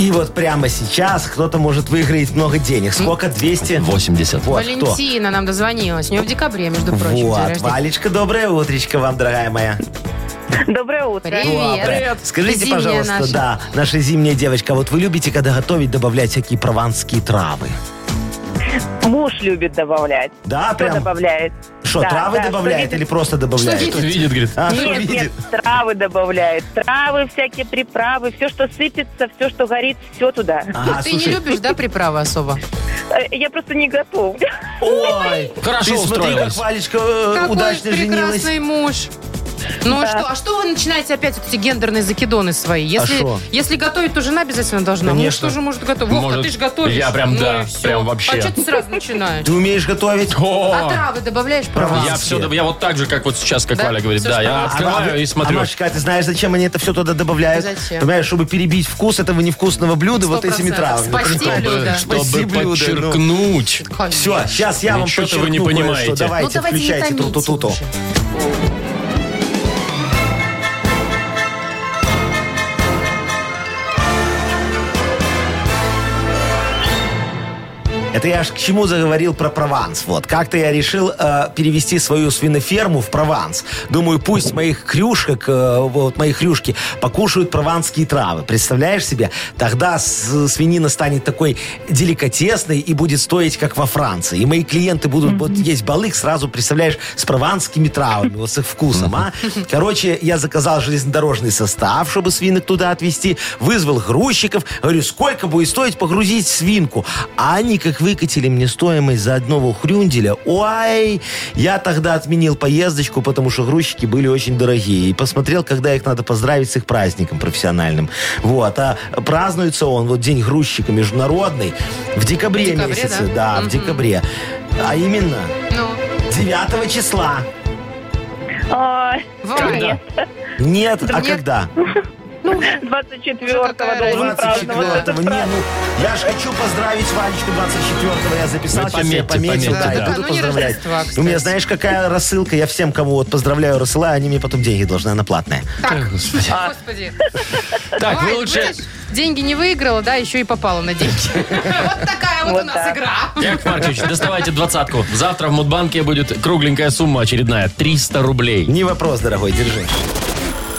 [SPEAKER 3] И вот прямо сейчас кто-то может выиграть много денег. Сколько? 200?
[SPEAKER 2] 80.
[SPEAKER 3] Вот кто?
[SPEAKER 4] Валентина нам дозвонилась. У нее в декабре, между прочим, день
[SPEAKER 3] Вот,
[SPEAKER 4] рождения.
[SPEAKER 3] Валечка, доброе утречко вам, дорогая моя.
[SPEAKER 9] Доброе утро.
[SPEAKER 4] Привет.
[SPEAKER 3] Скажите,
[SPEAKER 4] Зимняя
[SPEAKER 3] пожалуйста,
[SPEAKER 4] наша.
[SPEAKER 3] да, наша зимняя девочка, а вот вы любите, когда готовить, добавлять всякие прованские травы?
[SPEAKER 9] Муж любит добавлять.
[SPEAKER 3] Да,
[SPEAKER 9] Кто
[SPEAKER 3] прям
[SPEAKER 9] добавляет?
[SPEAKER 3] Что,
[SPEAKER 9] Да,
[SPEAKER 3] травы
[SPEAKER 9] да, что
[SPEAKER 3] добавляет
[SPEAKER 9] видит.
[SPEAKER 3] или просто добавляет?
[SPEAKER 2] Что видит, говорит.
[SPEAKER 3] А, что
[SPEAKER 9] Нет,
[SPEAKER 3] видит?
[SPEAKER 9] нет, травы добавляет. Травы, всякие приправы, все, что сыпется, все, что горит, все туда.
[SPEAKER 3] Ага,
[SPEAKER 4] Ты
[SPEAKER 3] слушай.
[SPEAKER 4] не любишь, да, приправы особо?
[SPEAKER 9] Э, Я просто не готовлю.
[SPEAKER 3] Ой,
[SPEAKER 2] Хорошо
[SPEAKER 3] ты смотри, как
[SPEAKER 2] устроилась.
[SPEAKER 3] Валечка э,
[SPEAKER 4] Какой
[SPEAKER 3] удачно женилась.
[SPEAKER 4] прекрасный муж. Ну а
[SPEAKER 9] Да.
[SPEAKER 4] что, а что вы начинаете опять вот эти гендерные закидоны свои? Если,
[SPEAKER 3] шо?
[SPEAKER 4] если готовить, то жена обязательно должна. Муж
[SPEAKER 3] Конечно.
[SPEAKER 4] тоже может готовить. Вовка,
[SPEAKER 2] Может.
[SPEAKER 4] ты же готовишь.
[SPEAKER 2] Я прям,
[SPEAKER 4] Ну
[SPEAKER 2] да,
[SPEAKER 4] и всё.
[SPEAKER 2] прям вообще.
[SPEAKER 4] А что ты сразу начинаешь?
[SPEAKER 3] Ты умеешь готовить?
[SPEAKER 4] А
[SPEAKER 2] О,
[SPEAKER 4] травы добавляешь, права?
[SPEAKER 2] я все, я вот так же, как вот сейчас, как
[SPEAKER 4] Да?
[SPEAKER 2] Валя говорит.
[SPEAKER 4] Всё,
[SPEAKER 2] Да,
[SPEAKER 4] что
[SPEAKER 2] я
[SPEAKER 4] надо.
[SPEAKER 2] открываю и
[SPEAKER 3] А
[SPEAKER 2] смотрю.
[SPEAKER 3] Машечка, а ты знаешь, зачем они это все туда добавляют?
[SPEAKER 4] Зачем?
[SPEAKER 3] Понимаешь, чтобы перебить вкус этого невкусного блюда вот этими
[SPEAKER 4] 100%.
[SPEAKER 3] травами.
[SPEAKER 4] Спасти блюдо.
[SPEAKER 2] Чтобы
[SPEAKER 3] Спаси блюдо, ну.
[SPEAKER 2] подчеркнуть.
[SPEAKER 4] Конечно.
[SPEAKER 3] Все, сейчас я вам
[SPEAKER 2] Ничего-то вы не
[SPEAKER 3] подчеркну кое-что.
[SPEAKER 2] понимаете.
[SPEAKER 4] Ну
[SPEAKER 3] Давайте,
[SPEAKER 4] давайте не
[SPEAKER 3] включайте
[SPEAKER 4] томите
[SPEAKER 3] ту-ту-ту-ту.
[SPEAKER 4] уже.
[SPEAKER 3] Это я аж к чему заговорил про Прованс. Вот, как-то я решил э, перевести свою свиноферму в Прованс. Думаю, пусть моих крюшек, э, вот мои хрюшки, покушают прованские травы. Представляешь себе? Тогда с- свинина станет такой деликатесной и будет стоить, как во Франции. И мои клиенты будут вот есть балык сразу, представляешь, с прованскими травами, вот с их вкусом, а? Короче, я заказал железнодорожный состав, чтобы свинок туда отвезти, вызвал грузчиков, говорю, сколько будет стоить погрузить свинку? А они как выкатили мне стоимость за одного хрюнделя. Ой, я тогда отменил поездочку, потому что грузчики были очень дорогие. И посмотрел, когда их надо поздравить с их праздником профессиональным. Вот, а празднуется он, вот День грузчика международный, в декабре,
[SPEAKER 4] В декабре,
[SPEAKER 3] месяце.
[SPEAKER 4] да?
[SPEAKER 3] Да,
[SPEAKER 4] Мгм.
[SPEAKER 3] в декабре. А именно
[SPEAKER 4] Ну,
[SPEAKER 3] 9 числа.
[SPEAKER 9] А,
[SPEAKER 4] Вань,
[SPEAKER 9] Нет,
[SPEAKER 3] Нет, а
[SPEAKER 4] мне-
[SPEAKER 3] когда?
[SPEAKER 9] 24-го
[SPEAKER 4] Что такая
[SPEAKER 9] должен праздновать. Вот это
[SPEAKER 3] 24-го. Не,
[SPEAKER 9] праздник.
[SPEAKER 3] ну, я же хочу поздравить Валечку 24-го. Я записал,
[SPEAKER 2] Ну,
[SPEAKER 3] сейчас я
[SPEAKER 2] пометьте,
[SPEAKER 3] пометил. Да,
[SPEAKER 2] пометьте,
[SPEAKER 3] и
[SPEAKER 2] да.
[SPEAKER 3] буду
[SPEAKER 4] Накануне
[SPEAKER 3] поздравлять. Ну,
[SPEAKER 4] Рождества, Ну, кстати.
[SPEAKER 3] У меня, знаешь, какая рассылка? Я всем, кому вот поздравляю, рассылаю, они мне потом деньги должны, она платная.
[SPEAKER 4] так,
[SPEAKER 2] Господи.
[SPEAKER 4] господи.
[SPEAKER 3] А
[SPEAKER 2] Так,
[SPEAKER 4] Ой,
[SPEAKER 2] вы лучше...
[SPEAKER 4] видишь, деньги не выиграла, да, еще и попала на деньги. Вот такая вот у
[SPEAKER 9] Вот
[SPEAKER 4] нас
[SPEAKER 9] так.
[SPEAKER 4] игра.
[SPEAKER 2] Яков Маркович, доставайте двадцатку. Завтра в Мудбанке будет кругленькая сумма очередная. 300 рублей.
[SPEAKER 3] Не вопрос, дорогой, держи.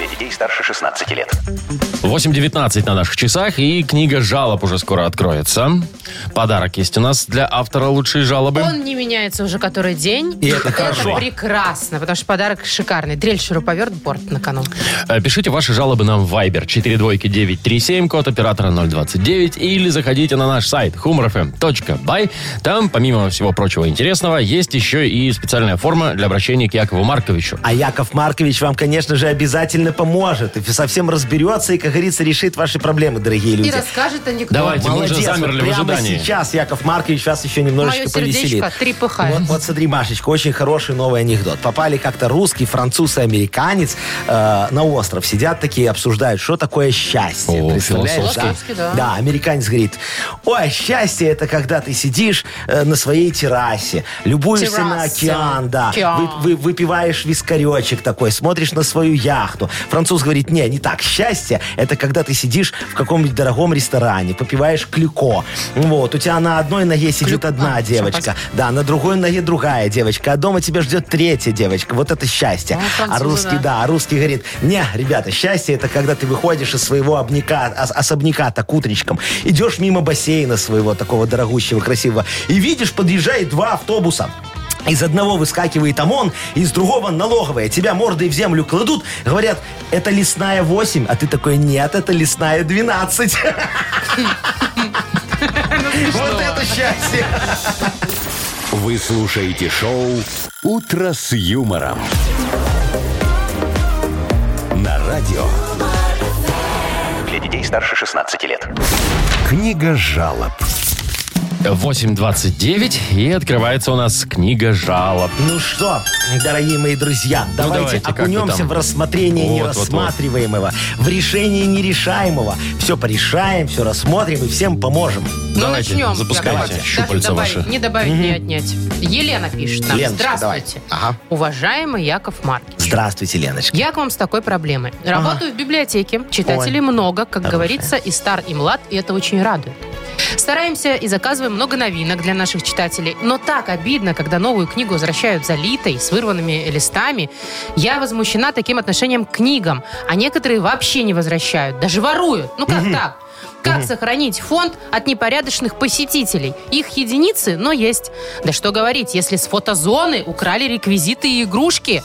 [SPEAKER 8] Для детей старше 16 лет.
[SPEAKER 2] 8.19 на наших часах. И книга жалоб уже скоро откроется. Подарок есть у нас для автора лучшей жалобы.
[SPEAKER 4] Он не меняется уже который день.
[SPEAKER 3] И это хорошо.
[SPEAKER 4] прекрасно, потому что подарок шикарный. Дрель, шуруповерт, борт на кону.
[SPEAKER 2] Э, Пишите ваши жалобы нам в Viber 42937, код оператора 029, или заходите на наш сайт humorfm.by. Там, помимо всего прочего интересного, есть еще и специальная форма для обращения к Якову Марковичу.
[SPEAKER 3] А Яков Маркович вам, конечно же, обязательно поможет. И совсем разберется и, как говорится, решит ваши проблемы, дорогие люди.
[SPEAKER 4] И расскажет анекдот.
[SPEAKER 2] Давайте, мы уже
[SPEAKER 3] Молодец, вот
[SPEAKER 2] замерли в
[SPEAKER 3] прямо
[SPEAKER 2] ожидании.
[SPEAKER 3] сейчас Яков Маркович вас еще немножечко
[SPEAKER 4] Мое сердечко
[SPEAKER 3] повеселит.
[SPEAKER 4] три
[SPEAKER 3] Вот,
[SPEAKER 4] пыхает.
[SPEAKER 3] вот смотри, Машечка, очень хороший новый анекдот. Попали как-то русский, француз и американец э, на остров. Сидят такие, обсуждают, что такое счастье.
[SPEAKER 2] О,
[SPEAKER 3] Представляешь,
[SPEAKER 4] философский. Философский, да.
[SPEAKER 3] да. Да, американец говорит, ой, счастье это когда ты сидишь э, на своей террасе, любуешься на
[SPEAKER 4] Терраса.
[SPEAKER 3] океан, да,
[SPEAKER 4] Океан.
[SPEAKER 3] Вы- вы- выпиваешь вискаречек такой, смотришь на свою яхту. Француз говорит, не, не так, счастье это когда ты сидишь в каком-нибудь дорогом ресторане, попиваешь клюко. Вот, у тебя на одной ноге сидит
[SPEAKER 4] Клюко.
[SPEAKER 3] одна
[SPEAKER 4] А,
[SPEAKER 3] девочка, да, на другой ноге другая девочка, а дома тебя ждет третья девочка. Вот это счастье.
[SPEAKER 4] Ну,
[SPEAKER 3] а
[SPEAKER 4] французы,
[SPEAKER 3] русский,
[SPEAKER 4] да.
[SPEAKER 3] да, а русский говорит, не, ребята, счастье это когда ты выходишь из своего обняка, ос- особняка так утречком, идешь мимо бассейна своего такого дорогущего, красивого, и видишь, подъезжает два автобуса. Из одного выскакивает ОМОН, из другого налоговая. Тебя мордой в землю кладут, говорят, это лесная 8, а ты такой, нет, это лесная 12. Вот это счастье.
[SPEAKER 1] Вы слушаете шоу «Утро с юмором» на радио.
[SPEAKER 8] Для детей старше 16 лет.
[SPEAKER 1] Книга жалоб.
[SPEAKER 2] 8.29, и открывается у нас книга жалоб.
[SPEAKER 3] Ну что, дорогие мои друзья, давайте,
[SPEAKER 2] Ну, давайте, как вы
[SPEAKER 3] окунемся
[SPEAKER 2] там?
[SPEAKER 3] в рассмотрение
[SPEAKER 2] Вот, вот, вот.
[SPEAKER 3] нерассматриваемого, в решение нерешаемого. Все порешаем, все рассмотрим и всем поможем.
[SPEAKER 4] Ну,
[SPEAKER 2] Давайте,
[SPEAKER 4] начнем.
[SPEAKER 2] запускайте
[SPEAKER 4] Яков Маркович.
[SPEAKER 2] щупальца
[SPEAKER 4] Даже добавить-
[SPEAKER 2] ваши.
[SPEAKER 4] Не добавить, не отнять. Елена пишет нам.
[SPEAKER 3] Леночка,
[SPEAKER 4] Здравствуйте.
[SPEAKER 3] давай. Ага.
[SPEAKER 4] Уважаемый Яков Маркович.
[SPEAKER 3] Здравствуйте, Леночка.
[SPEAKER 4] Я к вам с такой проблемой. Работаю в библиотеке, читателей
[SPEAKER 3] Ой.
[SPEAKER 4] много, как
[SPEAKER 3] Хорошая.
[SPEAKER 4] говорится, и стар, и млад, и это очень радует. Стараемся и заказываем много новинок для наших читателей. Но так обидно, когда новую книгу возвращают залитой, с вырванными листами. Я возмущена таким отношением к книгам. А некоторые вообще не возвращают, даже воруют. Ну как так? Как сохранить фонд от непорядочных посетителей? Их единицы, но есть. Да что говорить, если с фотозоны украли реквизиты и игрушки.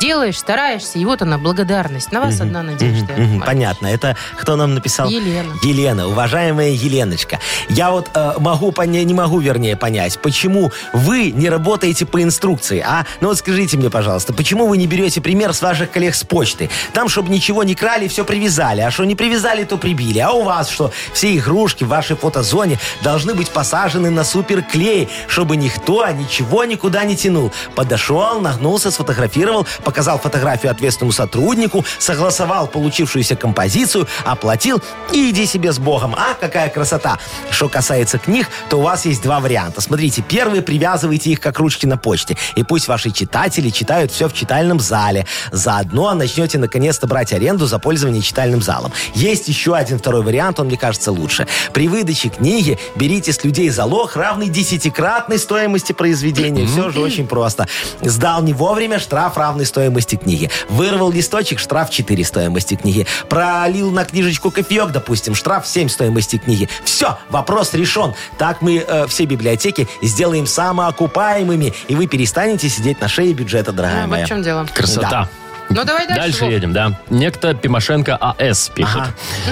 [SPEAKER 4] Делаешь, стараешься, и вот она, благодарность. На вас одна надежда. Яков
[SPEAKER 3] Мгм,
[SPEAKER 4] Маркович.
[SPEAKER 3] Понятно. Это кто нам написал?
[SPEAKER 4] Елена.
[SPEAKER 3] Елена, уважаемая Еленочка. Я вот э, могу понять, не могу, вернее, понять, почему вы не работаете по инструкции, а? Ну вот скажите мне, пожалуйста, почему вы не берете пример с ваших коллег с почты? Там, чтобы ничего не крали, все привязали. А что не привязали, то прибили. А у вас что? Все игрушки в вашей фотозоне должны быть посажены на суперклей, чтобы никто ничего никуда не тянул. Подошел, нагнулся, сфотографировал, показал фотографию ответственному сотруднику, согласовал получившуюся композицию, оплатил и иди себе с Богом. А, какая красота! Что касается книг, то у вас есть два варианта. Смотрите, первый, привязывайте их как ручки на почте. И пусть ваши читатели читают все в читальном зале. Заодно начнете наконец-то брать аренду за пользование читальным залом. Есть еще один второй вариант, он, мне кажется, лучше. При выдаче книги берите с людей залог, равный десятикратной стоимости произведения. Все же очень просто. Сдал не вовремя, штраф равный стоимости книги. Вырвал листочек, штраф 4 стоимости книги. Пролил на книжечку кофеек, допустим, штраф 7 стоимости книги. Все, вопрос решен. Так мы э, все библиотеки сделаем самоокупаемыми, и вы перестанете сидеть на шее бюджета, дорогая
[SPEAKER 4] А, вот
[SPEAKER 3] моя.
[SPEAKER 4] в чем дело.
[SPEAKER 2] Красота.
[SPEAKER 4] Ну, давай дальше,
[SPEAKER 2] Дальше
[SPEAKER 4] Вов.
[SPEAKER 2] едем, да. Некто Пимошенко АС пишет.
[SPEAKER 3] Ага.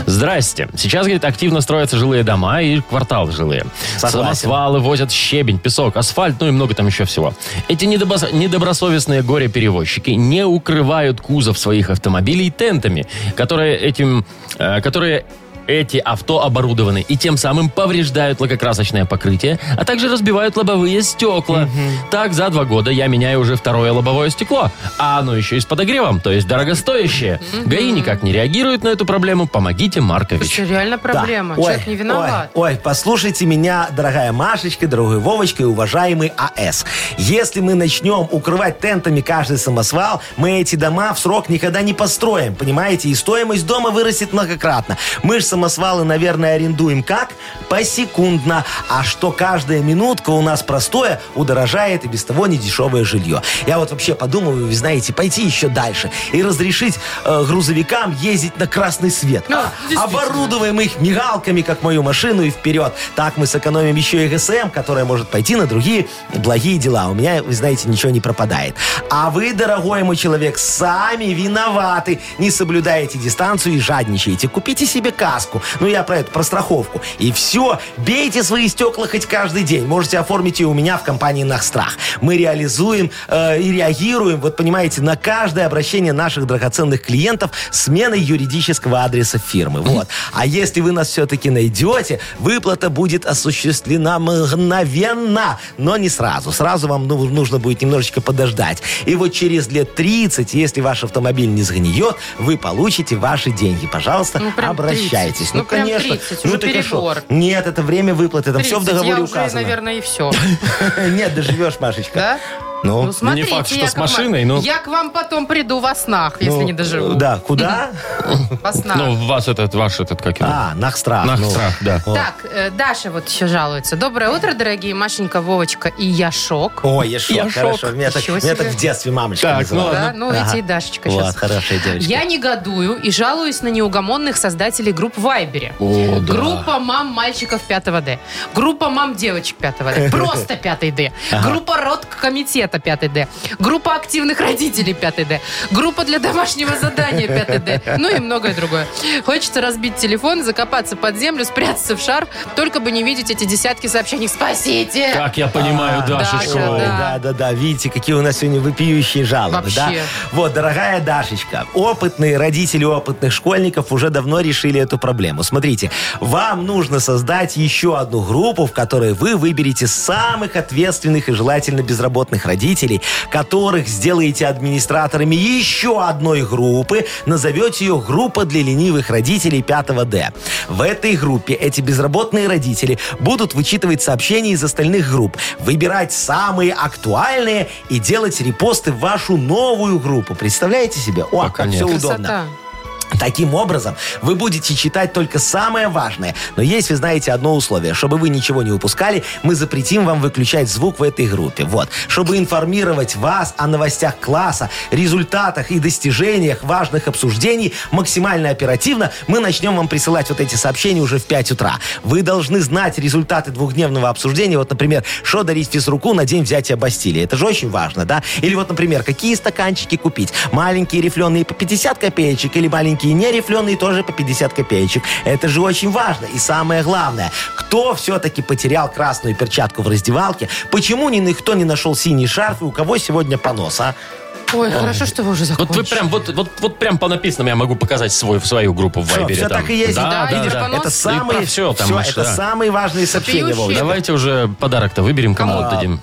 [SPEAKER 2] Здрасте. Сейчас, говорит, активно строятся жилые дома и кварталы жилые.
[SPEAKER 3] Согласен.
[SPEAKER 2] Самосвалы возят щебень, песок, асфальт, ну и много там еще всего. Эти недобос- недобросовестные горе-перевозчики не укрывают кузов своих автомобилей тентами, которые этим... э, которые эти авто оборудованы и тем самым повреждают лакокрасочное покрытие, а также разбивают лобовые стекла. Так за два года я меняю уже второе лобовое стекло, а оно еще и с подогревом, то есть дорогостоящее. ГАИ никак не реагирует на эту проблему. Помогите, Маркович.
[SPEAKER 4] Слушай, реально
[SPEAKER 3] Да.
[SPEAKER 4] проблема.
[SPEAKER 3] Ой,
[SPEAKER 4] Человек не виноват.
[SPEAKER 3] Ой, ой, послушайте меня, дорогая Машечка, дорогой Вовочка и уважаемый АС. Если мы начнем укрывать тентами каждый самосвал, мы эти дома в срок никогда не построим, понимаете? И стоимость дома вырастет многократно. Мы же самосвалы, наверное, арендуем как? Посекундно. А что каждая минутка у нас простое, удорожает и без того недешевое жилье. Я вот вообще подумываю, вы знаете, пойти еще дальше и разрешить э, грузовикам ездить на красный свет.
[SPEAKER 4] Ну,
[SPEAKER 3] А,
[SPEAKER 4] действительно.
[SPEAKER 3] оборудуем их мигалками, как мою машину, и вперед. Так мы сэкономим еще и ГСМ, которая может пойти на другие благие дела. У меня, вы знаете, ничего не пропадает. А вы, дорогой мой человек, сами виноваты. Не соблюдаете дистанцию и жадничаете. Купите себе каску. Ну, я про это, про страховку. И все. Бейте свои стекла хоть каждый день. Можете оформить и у меня в компании «Нахстрах». Мы реализуем э, и реагируем, вот понимаете, на каждое обращение наших драгоценных клиентов сменой юридического адреса фирмы. Вот. А если вы нас все-таки найдете, выплата будет осуществлена мгновенно, но не сразу. Сразу вам ну, нужно будет немножечко подождать. И вот через лет 30, если ваш автомобиль не сгниет, вы получите ваши деньги. Пожалуйста,
[SPEAKER 4] Ну, прям
[SPEAKER 3] обращайтесь.
[SPEAKER 4] 30. Ну, прям 30, уже
[SPEAKER 3] так а что?
[SPEAKER 4] перебор.
[SPEAKER 3] Нет, это время выплаты. Там все в
[SPEAKER 4] 30,
[SPEAKER 3] договоре
[SPEAKER 4] я уже,
[SPEAKER 3] указано.
[SPEAKER 4] наверное, и все.
[SPEAKER 3] Нет, доживешь, Машечка.
[SPEAKER 4] Да?
[SPEAKER 3] Ну,
[SPEAKER 4] Ну, смотрите,
[SPEAKER 2] факт, что
[SPEAKER 4] Яков
[SPEAKER 2] с машиной,
[SPEAKER 4] Маркович,
[SPEAKER 2] но-
[SPEAKER 4] Я к вам потом приду во снах, если
[SPEAKER 3] ну,
[SPEAKER 4] не доживу.
[SPEAKER 3] Да, куда?
[SPEAKER 4] Во снах.
[SPEAKER 2] Ну, вас этот, ваш этот, как его?
[SPEAKER 3] А, Нахстрах.
[SPEAKER 2] Нах
[SPEAKER 3] ну.
[SPEAKER 2] страх, да.
[SPEAKER 3] О.
[SPEAKER 4] Так, э, Даша вот еще жалуется. Доброе утро, дорогие Машенька, Вовочка и Яшок.
[SPEAKER 3] Ой, я шок,
[SPEAKER 2] Я
[SPEAKER 3] хорошо. Меня так,
[SPEAKER 4] Ничего
[SPEAKER 3] меня
[SPEAKER 4] себе.
[SPEAKER 3] так в детстве мамочка
[SPEAKER 2] Так,
[SPEAKER 3] называла.
[SPEAKER 2] ну
[SPEAKER 4] Да, ну,
[SPEAKER 3] Ага.
[SPEAKER 4] эти и Дашечка
[SPEAKER 3] Вот,
[SPEAKER 4] сейчас.
[SPEAKER 3] хорошая девочка.
[SPEAKER 4] Я негодую и жалуюсь на неугомонных создателей групп в Вайбере.
[SPEAKER 2] О, да.
[SPEAKER 4] Группа мам мальчиков 5 Д. Группа мам девочек 5 Д. Просто 5 Д. Группа родкомитета 5 Д. Группа активных родителей 5 Д. Группа для домашнего задания 5 Д. Ну и многое другое. Хочется разбить телефон, закопаться под землю, спрятаться в шар, только бы не видеть эти десятки сообщений. Спасите!
[SPEAKER 2] Как я понимаю,
[SPEAKER 3] А,
[SPEAKER 2] Дашечку.
[SPEAKER 4] Даша, да.
[SPEAKER 3] Да, да, да. Видите, какие у нас сегодня вопиющие жалобы.
[SPEAKER 4] Вообще.
[SPEAKER 3] Да? Вот, дорогая Дашечка, опытные родители опытных школьников уже давно решили эту проблему. Смотрите, вам нужно создать еще одну группу, в которой вы выберете самых ответственных и желательно безработных родителей, которых сделаете администраторами еще одной группы, назовете ее «Группа для ленивых родителей 5 Д». В этой группе эти безработные родители будут вычитывать сообщения из остальных групп, выбирать самые актуальные и делать репосты в вашу новую группу. Представляете себе? О,
[SPEAKER 2] Пока
[SPEAKER 3] как
[SPEAKER 2] нет.
[SPEAKER 3] все
[SPEAKER 4] Красота.
[SPEAKER 3] удобно. Таким образом, вы будете читать только самое важное. Но есть, вы знаете, одно условие. Чтобы вы ничего не упускали, мы запретим вам выключать звук в этой группе. Вот. Чтобы информировать вас о новостях класса, результатах и достижениях важных обсуждений максимально оперативно, мы начнем вам присылать вот эти сообщения уже в 5 утра. Вы должны знать результаты двухдневного обсуждения. Вот, например, что дарить физруку на день взятия Бастилии. Это же очень важно, да? Или вот, например, какие стаканчики купить? Маленькие рифленые по 50 копеечек или маленькие нерифленые тоже по 50 копеечек. Это же очень важно. И самое главное, кто все-таки потерял красную перчатку в раздевалке? Почему ни никто не нашел синий шарф и у кого сегодня понос, а?
[SPEAKER 4] Ой, хорошо, что вы уже закончили.
[SPEAKER 2] Вот вы прям, вот, вот, вот прям по написанному я могу показать свой, свою группу в
[SPEAKER 3] Всё,
[SPEAKER 2] Вайбере.
[SPEAKER 3] всё
[SPEAKER 2] там.
[SPEAKER 3] так и есть.
[SPEAKER 2] Да,
[SPEAKER 4] Да,
[SPEAKER 2] да,
[SPEAKER 4] видишь,
[SPEAKER 2] да.
[SPEAKER 4] понос.
[SPEAKER 3] Это
[SPEAKER 4] И
[SPEAKER 3] самые,
[SPEAKER 2] про всё там,
[SPEAKER 3] всё,
[SPEAKER 2] Маш,
[SPEAKER 3] это
[SPEAKER 2] да.
[SPEAKER 3] самые важные сообщения,
[SPEAKER 4] Вопиющие.
[SPEAKER 3] Вовчик.
[SPEAKER 2] Давайте уже подарок-то выберем, кому
[SPEAKER 4] Кому?
[SPEAKER 2] отдадим.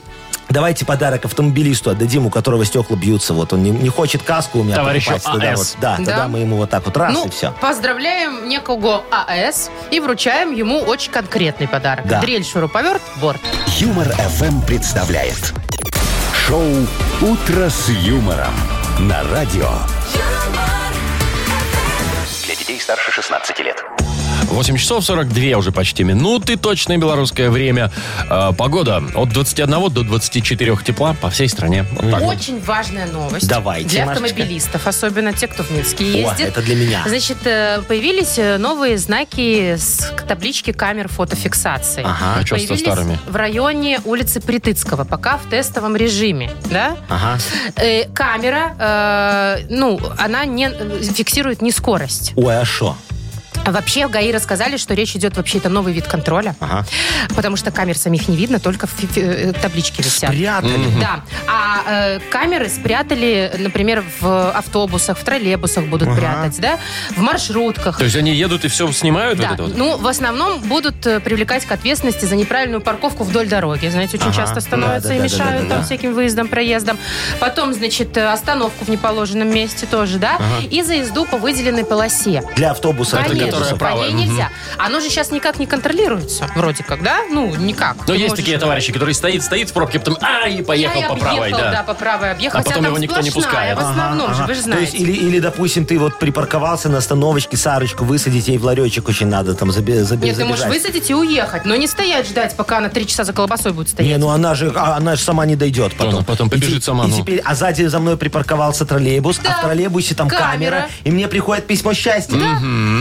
[SPEAKER 3] Давайте подарок автомобилисту отдадим, у которого стекла бьются. Вот он не, не хочет каску у меня
[SPEAKER 2] Товарищу А
[SPEAKER 3] покупать. Тогда,
[SPEAKER 2] АЭС.
[SPEAKER 3] вот, да, тогда
[SPEAKER 4] Да.
[SPEAKER 3] мы ему вот так вот раз и
[SPEAKER 4] Ну,
[SPEAKER 3] все.
[SPEAKER 4] поздравляем некого АС и вручаем ему очень конкретный подарок.
[SPEAKER 3] Да.
[SPEAKER 4] Дрель, шуруповерт, борт.
[SPEAKER 1] Юмор FM представляет шоу Утро с юмором на радио.
[SPEAKER 6] юмор,
[SPEAKER 8] Для детей старше 16 лет.
[SPEAKER 2] 8 часов 42 уже почти минуты, точное белорусское время. Э, погода от 21 до 24 тепла по всей стране. Вот так вот.
[SPEAKER 4] Ну, Очень важная новость.
[SPEAKER 3] Давайте,
[SPEAKER 4] Для
[SPEAKER 3] Машечка.
[SPEAKER 4] автомобилистов, особенно те, кто в Минске
[SPEAKER 3] О,
[SPEAKER 4] ездит.
[SPEAKER 3] это для меня.
[SPEAKER 4] Значит, э, появились э, новые знаки с к- таблички камер фотофиксации.
[SPEAKER 2] А что со
[SPEAKER 4] Появились
[SPEAKER 2] старыми?
[SPEAKER 4] в районе улицы Притыцкого, пока в тестовом режиме, да?
[SPEAKER 3] Ага.
[SPEAKER 4] Э, камера, э, ну, она не э, фиксирует не скорость.
[SPEAKER 3] Ой, а что?
[SPEAKER 4] А Вообще в ГАИ рассказали, что речь идет вообще это новый вид контроля,
[SPEAKER 3] Ага.
[SPEAKER 4] потому что камер самих не видно, только фи- фи- э, таблички висят.
[SPEAKER 3] Спрятали.
[SPEAKER 4] Да. А э, камеры спрятали, например, в автобусах, в троллейбусах будут прятать, да, в маршрутках.
[SPEAKER 2] То есть они едут и все снимают?
[SPEAKER 4] Да,
[SPEAKER 2] Вот это вот?
[SPEAKER 4] ну, в основном будут э, привлекать к ответственности за неправильную парковку вдоль дороги. Знаете, очень
[SPEAKER 3] Ага.
[SPEAKER 4] часто становятся и
[SPEAKER 3] Да-да-да-да-да-да.
[SPEAKER 4] мешают там всяким выездам, проездам. Потом, значит, э, остановку в неположенном месте тоже, да, и за езду по выделенной полосе.
[SPEAKER 3] Для автобуса.
[SPEAKER 4] Конечно,
[SPEAKER 2] которая
[SPEAKER 4] по
[SPEAKER 2] правая.
[SPEAKER 4] ней нельзя. Оно же сейчас никак не контролируется, вроде как, да? Ну, никак.
[SPEAKER 2] Но
[SPEAKER 4] Ты
[SPEAKER 2] есть
[SPEAKER 4] можешь-
[SPEAKER 2] такие товарищи, которые стоит, стоит в пробке, потом, а, и поехал
[SPEAKER 4] Я и
[SPEAKER 2] по правой,
[SPEAKER 4] объехал,
[SPEAKER 2] да.
[SPEAKER 4] по правой объехал.
[SPEAKER 2] А
[SPEAKER 4] Хотя
[SPEAKER 2] потом
[SPEAKER 4] там
[SPEAKER 2] его никто не
[SPEAKER 4] сплошная,
[SPEAKER 2] пускает.
[SPEAKER 4] В основном же,
[SPEAKER 3] Ага.
[SPEAKER 4] вы же
[SPEAKER 3] То
[SPEAKER 4] знаете.
[SPEAKER 3] есть, или, или, допустим, ты вот припарковался на остановочке, Сарочку высадить, ей в ларечек очень надо там забе- забе-
[SPEAKER 4] Нет, ты можешь
[SPEAKER 3] забежать.
[SPEAKER 4] высадить и уехать, но не стоять ждать, пока она три часа за колбасой будет стоять.
[SPEAKER 3] Не, ну она же, а она же сама не дойдет потом.
[SPEAKER 2] она потом
[SPEAKER 3] И те-
[SPEAKER 2] побежит сама,
[SPEAKER 3] И
[SPEAKER 2] ну.
[SPEAKER 3] теперь, а сзади за мной припарковался троллейбус,
[SPEAKER 4] Да.
[SPEAKER 3] а в троллейбусе там камера.
[SPEAKER 4] Камера.
[SPEAKER 3] и мне приходит письмо счастья.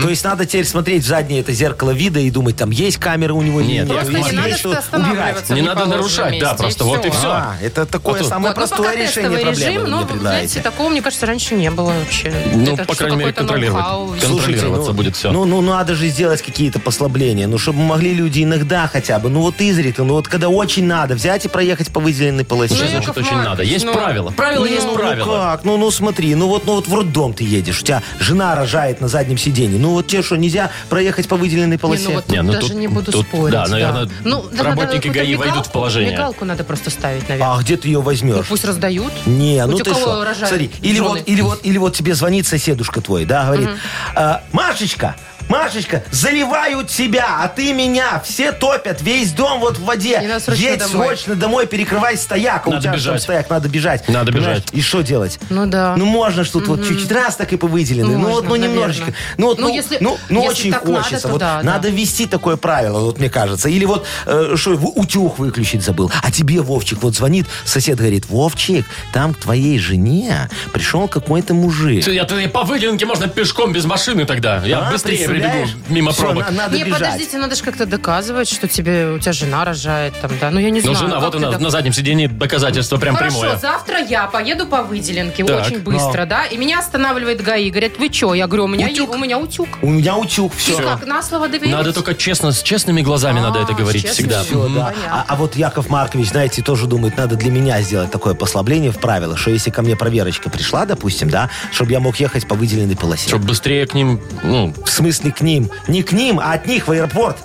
[SPEAKER 3] То есть надо теперь смотреть в заднее это зеркало вида и думать, там есть камера у него или
[SPEAKER 2] Нет,
[SPEAKER 3] нет.
[SPEAKER 2] Просто
[SPEAKER 4] Просто не
[SPEAKER 2] Марк,
[SPEAKER 4] надо
[SPEAKER 2] есть
[SPEAKER 4] что останавливаться.
[SPEAKER 2] Не
[SPEAKER 4] в
[SPEAKER 2] надо
[SPEAKER 4] неположенном
[SPEAKER 2] нарушать, да,
[SPEAKER 4] месте,
[SPEAKER 2] просто вот и всё.
[SPEAKER 3] А, это такое
[SPEAKER 2] А то-
[SPEAKER 3] самое
[SPEAKER 4] Вот, ну,
[SPEAKER 3] простое
[SPEAKER 4] пока
[SPEAKER 3] решение
[SPEAKER 4] тестовый
[SPEAKER 3] проблемы
[SPEAKER 4] режим,
[SPEAKER 3] вы мне
[SPEAKER 4] но, знаете,
[SPEAKER 3] предлагаете.
[SPEAKER 4] такого, мне кажется, раньше не было вообще.
[SPEAKER 2] Ну,
[SPEAKER 4] Это
[SPEAKER 2] по
[SPEAKER 4] что,
[SPEAKER 2] крайней мере,
[SPEAKER 4] какой-то
[SPEAKER 2] контролировать.
[SPEAKER 4] ноу-хау.
[SPEAKER 2] Кон- контролироваться
[SPEAKER 3] ну,
[SPEAKER 2] будет всё.
[SPEAKER 3] Ну, ну, ну, надо же сделать какие-то послабления. Ну, чтобы могли люди иногда хотя бы, ну вот изредка, ну вот когда очень надо, взять и проехать по выделенной полосе.
[SPEAKER 2] Что
[SPEAKER 4] Ну,
[SPEAKER 2] значит
[SPEAKER 4] Яков
[SPEAKER 2] очень
[SPEAKER 4] Маркович,
[SPEAKER 2] надо? Есть
[SPEAKER 4] ну.
[SPEAKER 2] правила. Правила
[SPEAKER 3] Ну,
[SPEAKER 2] есть
[SPEAKER 3] ну
[SPEAKER 2] правила.
[SPEAKER 3] как? Ну, ну смотри, ну вот, ну вот в роддом ты едешь, у тебя жена рожает на заднем сиденье. Ну вот тебе что, нельзя проехать по выделенной полосе?
[SPEAKER 4] Не, ну вот
[SPEAKER 2] Не,
[SPEAKER 4] тут
[SPEAKER 2] ну
[SPEAKER 4] даже
[SPEAKER 2] тут-
[SPEAKER 4] не буду
[SPEAKER 2] тут,
[SPEAKER 4] спорить.
[SPEAKER 2] да, наверное,
[SPEAKER 4] Ну, да, надо
[SPEAKER 2] работники
[SPEAKER 4] какую-то
[SPEAKER 2] ГАИ войдут в
[SPEAKER 4] мигалку-
[SPEAKER 2] положение.
[SPEAKER 4] Мигалку надо просто ставить, наверное.
[SPEAKER 3] А где ты ее
[SPEAKER 4] Ну,
[SPEAKER 3] возьмешь?
[SPEAKER 4] пусть раздают.
[SPEAKER 3] Не,
[SPEAKER 4] У
[SPEAKER 3] ну
[SPEAKER 4] тебя
[SPEAKER 3] ты
[SPEAKER 4] кого
[SPEAKER 3] что?
[SPEAKER 4] рожают
[SPEAKER 3] Смотри, или
[SPEAKER 4] жены?
[SPEAKER 3] вот, или, вот, или вот тебе звонит соседушка твой, да, говорит, «А, Машечка, Машечка, заливают тебя, а ты меня. Все топят, весь дом вот в воде.
[SPEAKER 4] И надо срочно
[SPEAKER 3] Едь
[SPEAKER 4] домой.
[SPEAKER 3] срочно домой, перекрывай стояк. А
[SPEAKER 2] Надо
[SPEAKER 3] у тебя же там
[SPEAKER 2] бежать.
[SPEAKER 3] стояк, надо бежать.
[SPEAKER 2] Надо бежать.
[SPEAKER 3] И что делать?
[SPEAKER 4] Ну да.
[SPEAKER 3] Ну можно ж тут вот чуть-чуть раз так и по выделенной. Ну вот,
[SPEAKER 4] Можно,
[SPEAKER 3] ну немножечко.
[SPEAKER 4] наверно.
[SPEAKER 3] Ну, вот,
[SPEAKER 4] Ну,
[SPEAKER 3] ну,
[SPEAKER 4] если-
[SPEAKER 3] ну, ну,
[SPEAKER 4] если
[SPEAKER 3] очень
[SPEAKER 4] так надо,
[SPEAKER 3] хочется.
[SPEAKER 4] то
[SPEAKER 3] вот
[SPEAKER 4] да, да.
[SPEAKER 3] надо ввести такое правило, вот мне кажется. Или вот, э, что, в- утюг выключить забыл. А тебе, Вовчик, вот звонит, сосед говорит, Вовчик, там к твоей жене пришел какой-то мужик.
[SPEAKER 2] Я тогда и по выделенке можно пешком без машины тогда. Я
[SPEAKER 3] А,
[SPEAKER 2] быстрее прибегу
[SPEAKER 3] представляешь?
[SPEAKER 2] мимо
[SPEAKER 3] Всё,
[SPEAKER 2] пробок.
[SPEAKER 3] на- надо
[SPEAKER 4] не,
[SPEAKER 3] бежать.
[SPEAKER 4] подождите, надо же как-то доказывать, что тебе, у тебя жена рожает там, да. Ну, я не
[SPEAKER 2] Но
[SPEAKER 4] знаю.
[SPEAKER 2] жена,
[SPEAKER 4] как
[SPEAKER 2] вот
[SPEAKER 4] ты
[SPEAKER 2] она
[SPEAKER 4] док-
[SPEAKER 2] на заднем сиденье доказательство прям
[SPEAKER 4] Хорошо,
[SPEAKER 2] прямое.
[SPEAKER 4] завтра я поеду по выделенке
[SPEAKER 2] Так.
[SPEAKER 4] очень быстро, да, и меня останавливает ГАИ, говорят, вы что? Я говорю, у меня,
[SPEAKER 3] Утюг.
[SPEAKER 4] у меня утюг.
[SPEAKER 3] У меня утюг,
[SPEAKER 4] И
[SPEAKER 3] все.
[SPEAKER 4] как, на слово доверить?
[SPEAKER 2] Надо только честно, с честными глазами надо это
[SPEAKER 4] А,
[SPEAKER 2] говорить
[SPEAKER 4] честно.
[SPEAKER 2] всегда.
[SPEAKER 4] Всё,
[SPEAKER 2] Мгм.
[SPEAKER 4] да.
[SPEAKER 3] А, а вот Яков Маркович, знаете, тоже думает, надо для меня сделать такое послабление в правило, что если ко мне проверочка пришла, допустим, да, чтобы я мог ехать по выделенной полосе.
[SPEAKER 2] Чтобы быстрее к ним, ну,
[SPEAKER 3] В смысле к ним? Не к ним, а от них в аэропорт.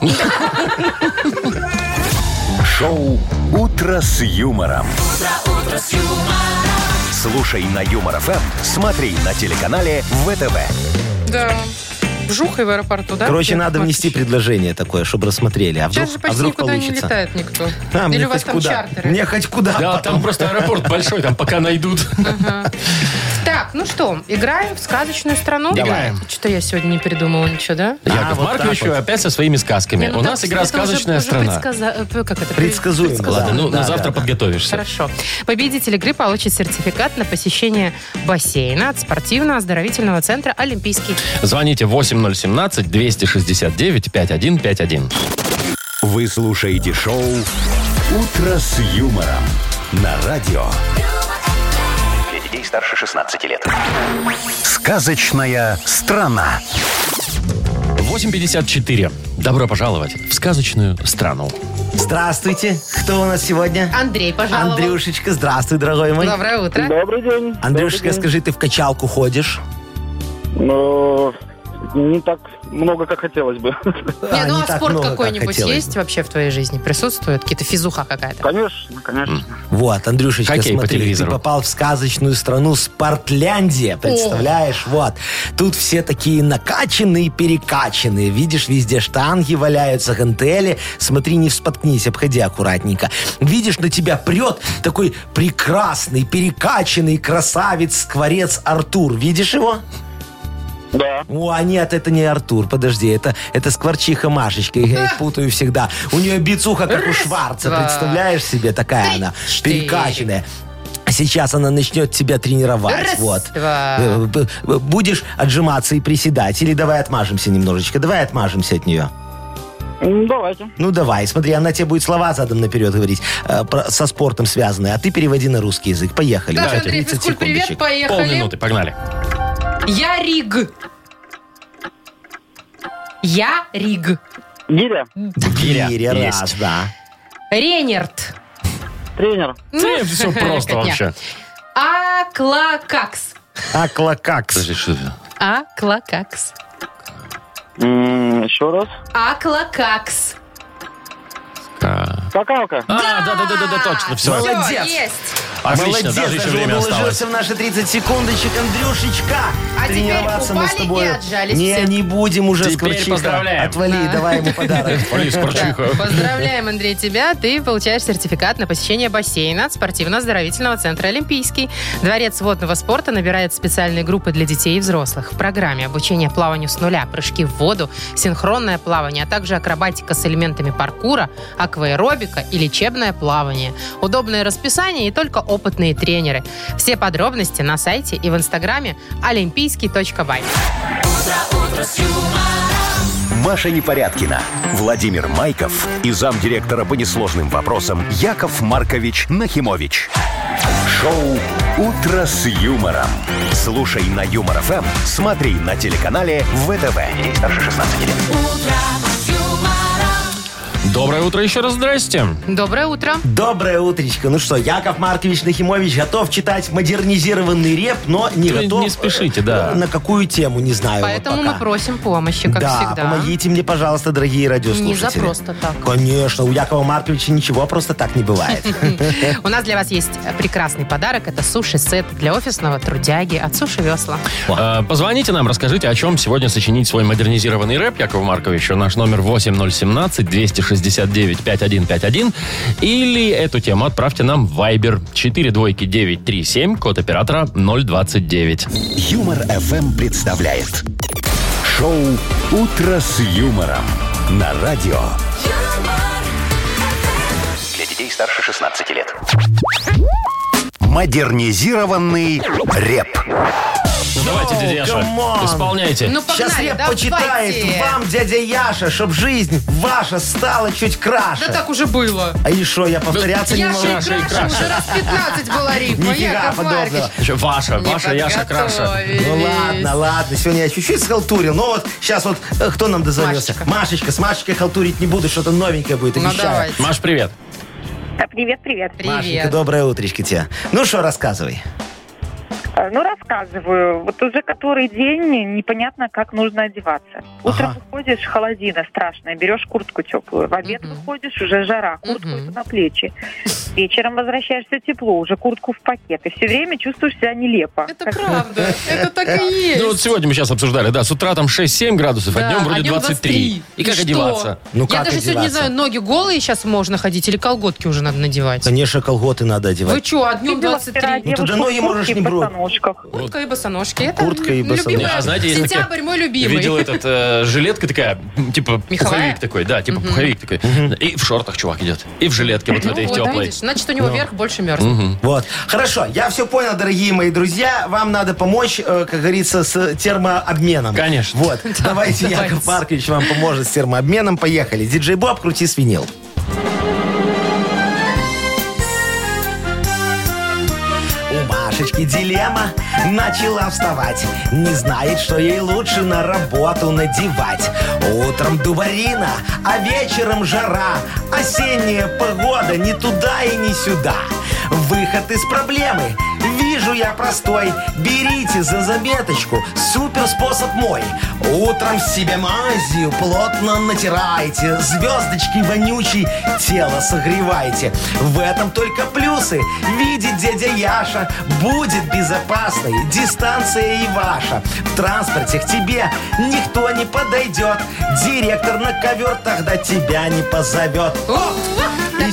[SPEAKER 1] Шоу Утро с юмором. Слушай на Юмор ФМ, смотри на телеканале ВТВ.
[SPEAKER 4] Да. Вжух и в аэропорту, да?
[SPEAKER 3] Короче,
[SPEAKER 4] Яков
[SPEAKER 3] надо
[SPEAKER 4] Маркович?
[SPEAKER 3] внести предложение такое, чтобы рассмотрели. А вдруг,
[SPEAKER 4] Сейчас же
[SPEAKER 3] а
[SPEAKER 4] почти
[SPEAKER 3] вдруг
[SPEAKER 4] никуда не
[SPEAKER 3] получится?
[SPEAKER 4] летает никто.
[SPEAKER 3] А, мне
[SPEAKER 4] Или у вас
[SPEAKER 3] хоть
[SPEAKER 4] там
[SPEAKER 3] куда?
[SPEAKER 4] чартеры.
[SPEAKER 3] Мне хоть куда.
[SPEAKER 2] Да, там просто аэропорт большой, там пока найдут.
[SPEAKER 4] Так, ну что, играем в сказочную страну?
[SPEAKER 2] Играем.
[SPEAKER 4] Что-то я сегодня не придумала ничего, да?
[SPEAKER 2] Яков
[SPEAKER 3] А, вот
[SPEAKER 2] Маркович
[SPEAKER 3] так вот.
[SPEAKER 2] опять со своими сказками.
[SPEAKER 4] Не, ну
[SPEAKER 2] У
[SPEAKER 4] так
[SPEAKER 2] нас игра
[SPEAKER 4] это уже-
[SPEAKER 2] «Сказочная
[SPEAKER 4] уже
[SPEAKER 2] страна».
[SPEAKER 4] предсказа- э, Как это?
[SPEAKER 3] Предсказуемо, да.
[SPEAKER 4] Предсказуемо.
[SPEAKER 2] Ладно, ну на завтра
[SPEAKER 3] да.
[SPEAKER 2] подготовишься.
[SPEAKER 4] Хорошо. Победитель игры получит сертификат на посещение бассейна от спортивно-оздоровительного центра «Олимпийский».
[SPEAKER 2] Звоните 8017-269-5151.
[SPEAKER 1] Вы слушаете шоу «Утро с юмором» на радио.
[SPEAKER 8] Для детей старше 16 лет.
[SPEAKER 1] Сказочная страна.
[SPEAKER 2] 8.54. Добро пожаловать в сказочную страну.
[SPEAKER 3] Здравствуйте. Кто у нас сегодня?
[SPEAKER 4] Андрей, пожалуйста.
[SPEAKER 3] Андрюшечка, здравствуй, дорогой мой.
[SPEAKER 4] Доброе утро.
[SPEAKER 5] Добрый день.
[SPEAKER 3] Андрюшечка,
[SPEAKER 5] Добрый день.
[SPEAKER 3] скажи, ты в качалку ходишь?
[SPEAKER 5] Ну, не так много, как хотелось бы.
[SPEAKER 4] Не, ну а
[SPEAKER 3] не так
[SPEAKER 4] спорт
[SPEAKER 3] много, как
[SPEAKER 4] какой-нибудь
[SPEAKER 3] хотелось
[SPEAKER 4] есть
[SPEAKER 3] бы.
[SPEAKER 4] вообще в твоей жизни? Присутствует? Какие-то физуха какая-то?
[SPEAKER 5] Конечно, конечно.
[SPEAKER 3] Вот, Андрюшечка,
[SPEAKER 2] Хоккей по
[SPEAKER 3] смотри, ты
[SPEAKER 2] телевизору.
[SPEAKER 3] попал в сказочную страну Спортляндия, представляешь? Вот. Тут все такие накачанные, перекачанные. Видишь, везде штанги валяются, гантели. Смотри, не споткнись, обходи аккуратненько. Видишь, на тебя прет такой прекрасный, перекачанный красавец-скворец Артур. Видишь его?
[SPEAKER 5] Да.
[SPEAKER 3] О, а нет, это не Артур, подожди, это, это скворчиха Машечка, я их путаю всегда. У нее бицуха, как у Шварца,
[SPEAKER 4] два,
[SPEAKER 3] представляешь себе, такая она,
[SPEAKER 4] четыре.
[SPEAKER 3] перекачанная. А Сейчас она начнет тебя тренировать.
[SPEAKER 4] Раз,
[SPEAKER 3] вот.
[SPEAKER 4] два.
[SPEAKER 3] Э, б- б- Будешь отжиматься и приседать. Или давай отмажемся немножечко. Давай отмажемся от нее.
[SPEAKER 5] М, Давайте.
[SPEAKER 3] Ну давай, смотри, она тебе будет слова задом наперед говорить, э, про- со спортом связанные, а ты переводи на русский язык. Поехали.
[SPEAKER 4] Так,
[SPEAKER 3] Давайте,
[SPEAKER 4] Андрей,
[SPEAKER 3] 30
[SPEAKER 4] физкульт, привет,
[SPEAKER 3] секундочек.
[SPEAKER 4] поехали.
[SPEAKER 2] Полминуты, погнали.
[SPEAKER 4] Я Риг. Я Риг.
[SPEAKER 5] Гиря,
[SPEAKER 2] Гиря
[SPEAKER 3] Гиря,
[SPEAKER 2] есть.
[SPEAKER 3] раз, да.
[SPEAKER 4] Ренерт.
[SPEAKER 5] тренер,
[SPEAKER 2] Ты все Ну, просто
[SPEAKER 4] Нет.
[SPEAKER 2] вообще.
[SPEAKER 4] Аклакакс.
[SPEAKER 3] Аклакакс.
[SPEAKER 4] Аклакакс.
[SPEAKER 5] М, еще раз.
[SPEAKER 4] Аклакакс.
[SPEAKER 2] А,
[SPEAKER 5] Какалка.
[SPEAKER 2] да-да-да-да, точно, все.
[SPEAKER 3] Молодец.
[SPEAKER 4] Всё, есть.
[SPEAKER 2] Отлично,
[SPEAKER 3] Молодец,
[SPEAKER 2] даже еще
[SPEAKER 3] он
[SPEAKER 2] время
[SPEAKER 3] уложился
[SPEAKER 2] осталось.
[SPEAKER 3] в наши 30 секундочек, Андрюшечка.
[SPEAKER 4] А теперь
[SPEAKER 3] мы
[SPEAKER 4] упали
[SPEAKER 3] с тобой.
[SPEAKER 4] и отжались
[SPEAKER 3] не,
[SPEAKER 4] все.
[SPEAKER 3] не будем уже,
[SPEAKER 2] Теперь
[SPEAKER 3] Скворчиха.
[SPEAKER 2] поздравляем.
[SPEAKER 3] Отвали,
[SPEAKER 4] Да.
[SPEAKER 3] давай ему подарок.
[SPEAKER 2] Блин, Спорчиха.
[SPEAKER 4] Поздравляем, Андрей, тебя. Ты получаешь сертификат на посещение бассейна от спортивно-оздоровительного центра «Олимпийский». Дворец водного спорта набирает специальные группы для детей и взрослых. В программе обучение плаванию с нуля, прыжки в воду, синхронное плавание, а также акробатика с элементами паркура, акваэробика и лечебное плавание. Удобное расписание и только опытные тренеры. Все подробности на сайте и в инстаграме олимпийский.бай.
[SPEAKER 1] Маша Непорядкина, Владимир Майков и замдиректора по несложным вопросам Яков Маркович Нахимович. Шоу «Утро с юмором». Слушай на Юмор ФМ, смотри на телеканале ВТВ. Здесь старше 16 лет.
[SPEAKER 2] Доброе утро еще раз, здрасте.
[SPEAKER 4] Доброе утро.
[SPEAKER 3] Доброе утречко. Ну что, Яков Маркович Нахимович готов читать модернизированный реп, но не
[SPEAKER 2] Вы
[SPEAKER 3] готов...
[SPEAKER 2] не спешите, да.
[SPEAKER 3] На какую тему, не знаю вот
[SPEAKER 4] Поэтому
[SPEAKER 3] пока.
[SPEAKER 4] мы просим помощи, как
[SPEAKER 3] да,
[SPEAKER 4] всегда.
[SPEAKER 3] помогите мне, пожалуйста, дорогие
[SPEAKER 4] Не
[SPEAKER 3] радиослушатели.
[SPEAKER 4] за просто так.
[SPEAKER 3] Конечно, у Якова Марковича ничего просто так не бывает.
[SPEAKER 4] У нас для вас есть прекрасный подарок. Это суши-сет для офисного трудяги от Суши Весла.
[SPEAKER 2] Э, Позвоните нам, расскажите, о чем сегодня сочинить свой модернизированный рэп, Яков Маркович. Наш номер 8017-269-5151. Или эту тему отправьте нам в Viber 42937, код оператора 029.
[SPEAKER 1] Юмор ФМ представляет. Шоу «Утро с юмором» на радио.
[SPEAKER 8] Для детей старше 16 лет.
[SPEAKER 1] Модернизированный реп.
[SPEAKER 2] Давайте, дядя Яша,
[SPEAKER 3] камон.
[SPEAKER 2] исполняйте.
[SPEAKER 4] Ну,
[SPEAKER 3] Сейчас
[SPEAKER 4] погнали,
[SPEAKER 3] реп
[SPEAKER 4] давайте.
[SPEAKER 3] почитает вам дядя Яша, чтоб жизнь ваша стала чуть краше.
[SPEAKER 4] Да так уже было.
[SPEAKER 3] А и шо, я повторяться не
[SPEAKER 4] Я
[SPEAKER 3] могу?
[SPEAKER 4] же и
[SPEAKER 2] Краша, и
[SPEAKER 4] краша,
[SPEAKER 2] краша.
[SPEAKER 4] уже раз 15 была рифма.
[SPEAKER 3] Нифига
[SPEAKER 4] Яков
[SPEAKER 3] подобного.
[SPEAKER 4] Маркович,
[SPEAKER 2] Еще Ваша,
[SPEAKER 4] не
[SPEAKER 2] Ваша, Яша, Краша.
[SPEAKER 4] подготовились.
[SPEAKER 3] Ну ладно, ладно, сегодня я чуть-чуть схалтурил, но вот сейчас вот э, кто нам дозвонился?
[SPEAKER 4] Машечка.
[SPEAKER 3] Машечка, с Машечкой халтурить не буду, что-то новенькое будет,
[SPEAKER 4] Ну,
[SPEAKER 3] обещаю.
[SPEAKER 4] давайте.
[SPEAKER 2] Маш, привет.
[SPEAKER 9] Да, А, привет, привет.
[SPEAKER 3] Машенька,
[SPEAKER 4] Привет.
[SPEAKER 3] доброе утречко тебе. Ну что, рассказывай.
[SPEAKER 9] Э, Ну, рассказываю. Вот уже который день непонятно, как нужно одеваться. Утром
[SPEAKER 3] Ага.
[SPEAKER 9] выходишь, холодина страшная, берешь куртку теплую. В обед
[SPEAKER 4] Мгм.
[SPEAKER 9] выходишь, уже жара, куртку
[SPEAKER 4] Мгм.
[SPEAKER 9] эту на плечи. Вечером возвращаешься тепло, уже куртку в пакет. И все время чувствуешь себя нелепо.
[SPEAKER 4] Это
[SPEAKER 9] Как-
[SPEAKER 4] правда. Это так и есть.
[SPEAKER 2] Ну вот сегодня мы сейчас обсуждали, да, с утра там 6-7 градусов, а
[SPEAKER 4] Да,
[SPEAKER 2] днем вроде 23. И как
[SPEAKER 4] что?
[SPEAKER 2] одеваться?
[SPEAKER 3] Ну,
[SPEAKER 4] Я
[SPEAKER 3] как
[SPEAKER 4] даже сегодня не
[SPEAKER 3] одеваться?
[SPEAKER 4] знаю, ноги голые сейчас можно ходить или колготки уже надо надевать.
[SPEAKER 3] Конечно, колготы надо
[SPEAKER 4] Вы
[SPEAKER 3] одевать.
[SPEAKER 4] что, а днем
[SPEAKER 9] Видела вчера
[SPEAKER 4] 23?
[SPEAKER 3] Ну, тогда
[SPEAKER 9] девушку
[SPEAKER 3] ноги
[SPEAKER 9] в куртке
[SPEAKER 3] можешь не
[SPEAKER 9] и
[SPEAKER 3] брать.
[SPEAKER 9] босоножках. Ну,
[SPEAKER 4] Куртка и босоножки. Это
[SPEAKER 3] Куртка и
[SPEAKER 4] любимая-
[SPEAKER 3] босоножки.
[SPEAKER 2] А знаете, есть такая-
[SPEAKER 4] Сентябрь мой любимый.
[SPEAKER 2] Видел этот э, жилетка такая, м, типа
[SPEAKER 4] Меховая?
[SPEAKER 2] пуховик такой, да, типа пуховик такой. И в шортах чувак идет, и в жилетке вот в
[SPEAKER 4] Ну
[SPEAKER 2] этой
[SPEAKER 4] вот, да,
[SPEAKER 2] теплой.
[SPEAKER 4] видишь, значит, у него
[SPEAKER 3] Ну.
[SPEAKER 4] верх больше мерзнет.
[SPEAKER 3] Вот. Хорошо, я все понял, дорогие мои друзья. Вам надо помочь, э, как говорится, с термообменом.
[SPEAKER 2] Конечно.
[SPEAKER 3] Вот. Давайте Яков
[SPEAKER 4] давайте.
[SPEAKER 3] Маркович вам поможет с термообменом. Поехали. Диджей Боб, крути свинил. У Машечки дилемма начала вставать. Не знает, что ей лучше на работу надевать. Утром дубарина, а вечером жара. Осенняя погода ни туда и ни сюда. Выход из проблемы вижу я простой. Берите за заметочку, супер способ мой. Утром себе мазью плотно натирайте. Звездочки вонючей тело согревайте. В этом только плюсы. Видит дядя Яша, будет безопасной дистанция и ваша. В транспорте к тебе никто не подойдет. Директор на ковер тогда тебя не позовет. Оп! И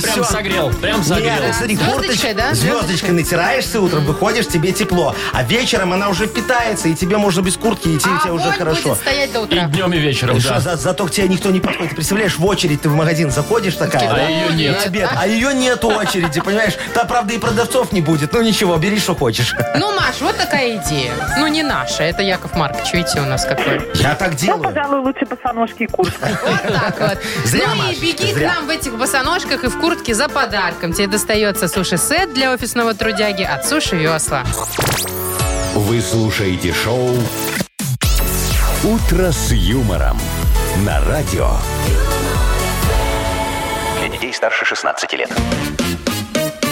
[SPEAKER 2] Прям
[SPEAKER 3] всё.
[SPEAKER 2] согрел, прям
[SPEAKER 3] Нет,
[SPEAKER 2] согрел.
[SPEAKER 3] вот смотри,
[SPEAKER 4] Звездочкой,
[SPEAKER 3] курточ-
[SPEAKER 4] да? Звездочкой.
[SPEAKER 3] Звездочкой натираешься утром, выходишь, тебе тепло. А вечером она уже питается, и тебе можно без куртки идти, и тебе уже
[SPEAKER 4] Огонь
[SPEAKER 3] хорошо.
[SPEAKER 4] А будет стоять до
[SPEAKER 2] И
[SPEAKER 4] утра.
[SPEAKER 2] днем, и вечером,
[SPEAKER 3] Что,
[SPEAKER 2] да.
[SPEAKER 3] за- зато к тебе никто не подходит. Ты представляешь, в очередь ты в магазин заходишь такая,
[SPEAKER 2] А
[SPEAKER 3] да?
[SPEAKER 2] ее
[SPEAKER 3] на
[SPEAKER 2] нет.
[SPEAKER 3] обед, а ее нет очереди, понимаешь? Там, правда, и продавцов не будет. Ну ничего, бери, что хочешь.
[SPEAKER 4] Ну, Маш, вот такая идея. Ну, не наша, это Яков Маркович. Видите, у нас какой.
[SPEAKER 3] Я так
[SPEAKER 9] Ну,
[SPEAKER 3] делаю.
[SPEAKER 9] пожалуй, лучше босоножки и куртку.
[SPEAKER 4] Вот так вот.
[SPEAKER 3] Зря,
[SPEAKER 4] ну и
[SPEAKER 3] Маша,
[SPEAKER 4] беги
[SPEAKER 3] зря.
[SPEAKER 4] к нам в этих босоножках и в куртке за подарком. Тебе достается суши-сет для офисного трудяги от Суши Весла.
[SPEAKER 1] Вы слушаете шоу «Утро с юмором» на радио.
[SPEAKER 8] Для детей старше 16 лет.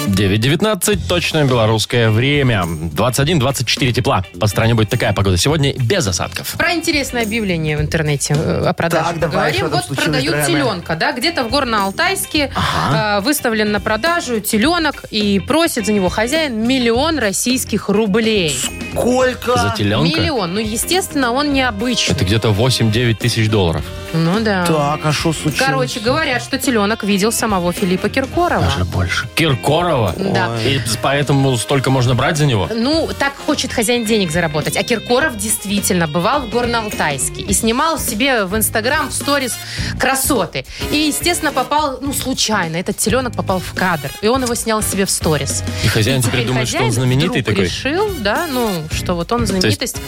[SPEAKER 2] 9.19, точное белорусское время. 21-24 тепла. По стране будет такая погода сегодня, без осадков.
[SPEAKER 4] Про интересное объявление в интернете э, о продаже.
[SPEAKER 3] Так, давай,
[SPEAKER 4] Говорим,
[SPEAKER 3] что там
[SPEAKER 4] вот
[SPEAKER 3] случилось,
[SPEAKER 4] продают
[SPEAKER 3] дорогая моя?
[SPEAKER 4] теленка, да, где-то в Горно-Алтайске э, выставлен на продажу теленок и просит за него хозяин миллион российских рублей.
[SPEAKER 3] Сколько?
[SPEAKER 2] За теленка?
[SPEAKER 4] Миллион. Ну, естественно, он необычный.
[SPEAKER 2] Это где-то 8-9 тысяч долларов.
[SPEAKER 4] Ну да.
[SPEAKER 3] Так, а что случилось?
[SPEAKER 4] Короче, говорят, что теленок видел самого Филиппа Киркорова.
[SPEAKER 2] Даже больше. Киркорова?
[SPEAKER 4] Да.
[SPEAKER 2] И поэтому столько можно брать за него?
[SPEAKER 4] Ну, так хочет хозяин денег заработать. А Киркоров действительно бывал в Горно-Алтайске и снимал себе в Инстаграм, в сторис красоты. И, естественно, попал, ну, случайно, этот теленок попал в кадр. И он его снял себе в сторис.
[SPEAKER 2] И хозяин А теперь думает, что он
[SPEAKER 4] хозяин
[SPEAKER 2] знаменитый
[SPEAKER 4] вдруг
[SPEAKER 2] такой.
[SPEAKER 4] решил, да, ну, что вот он знаменитость.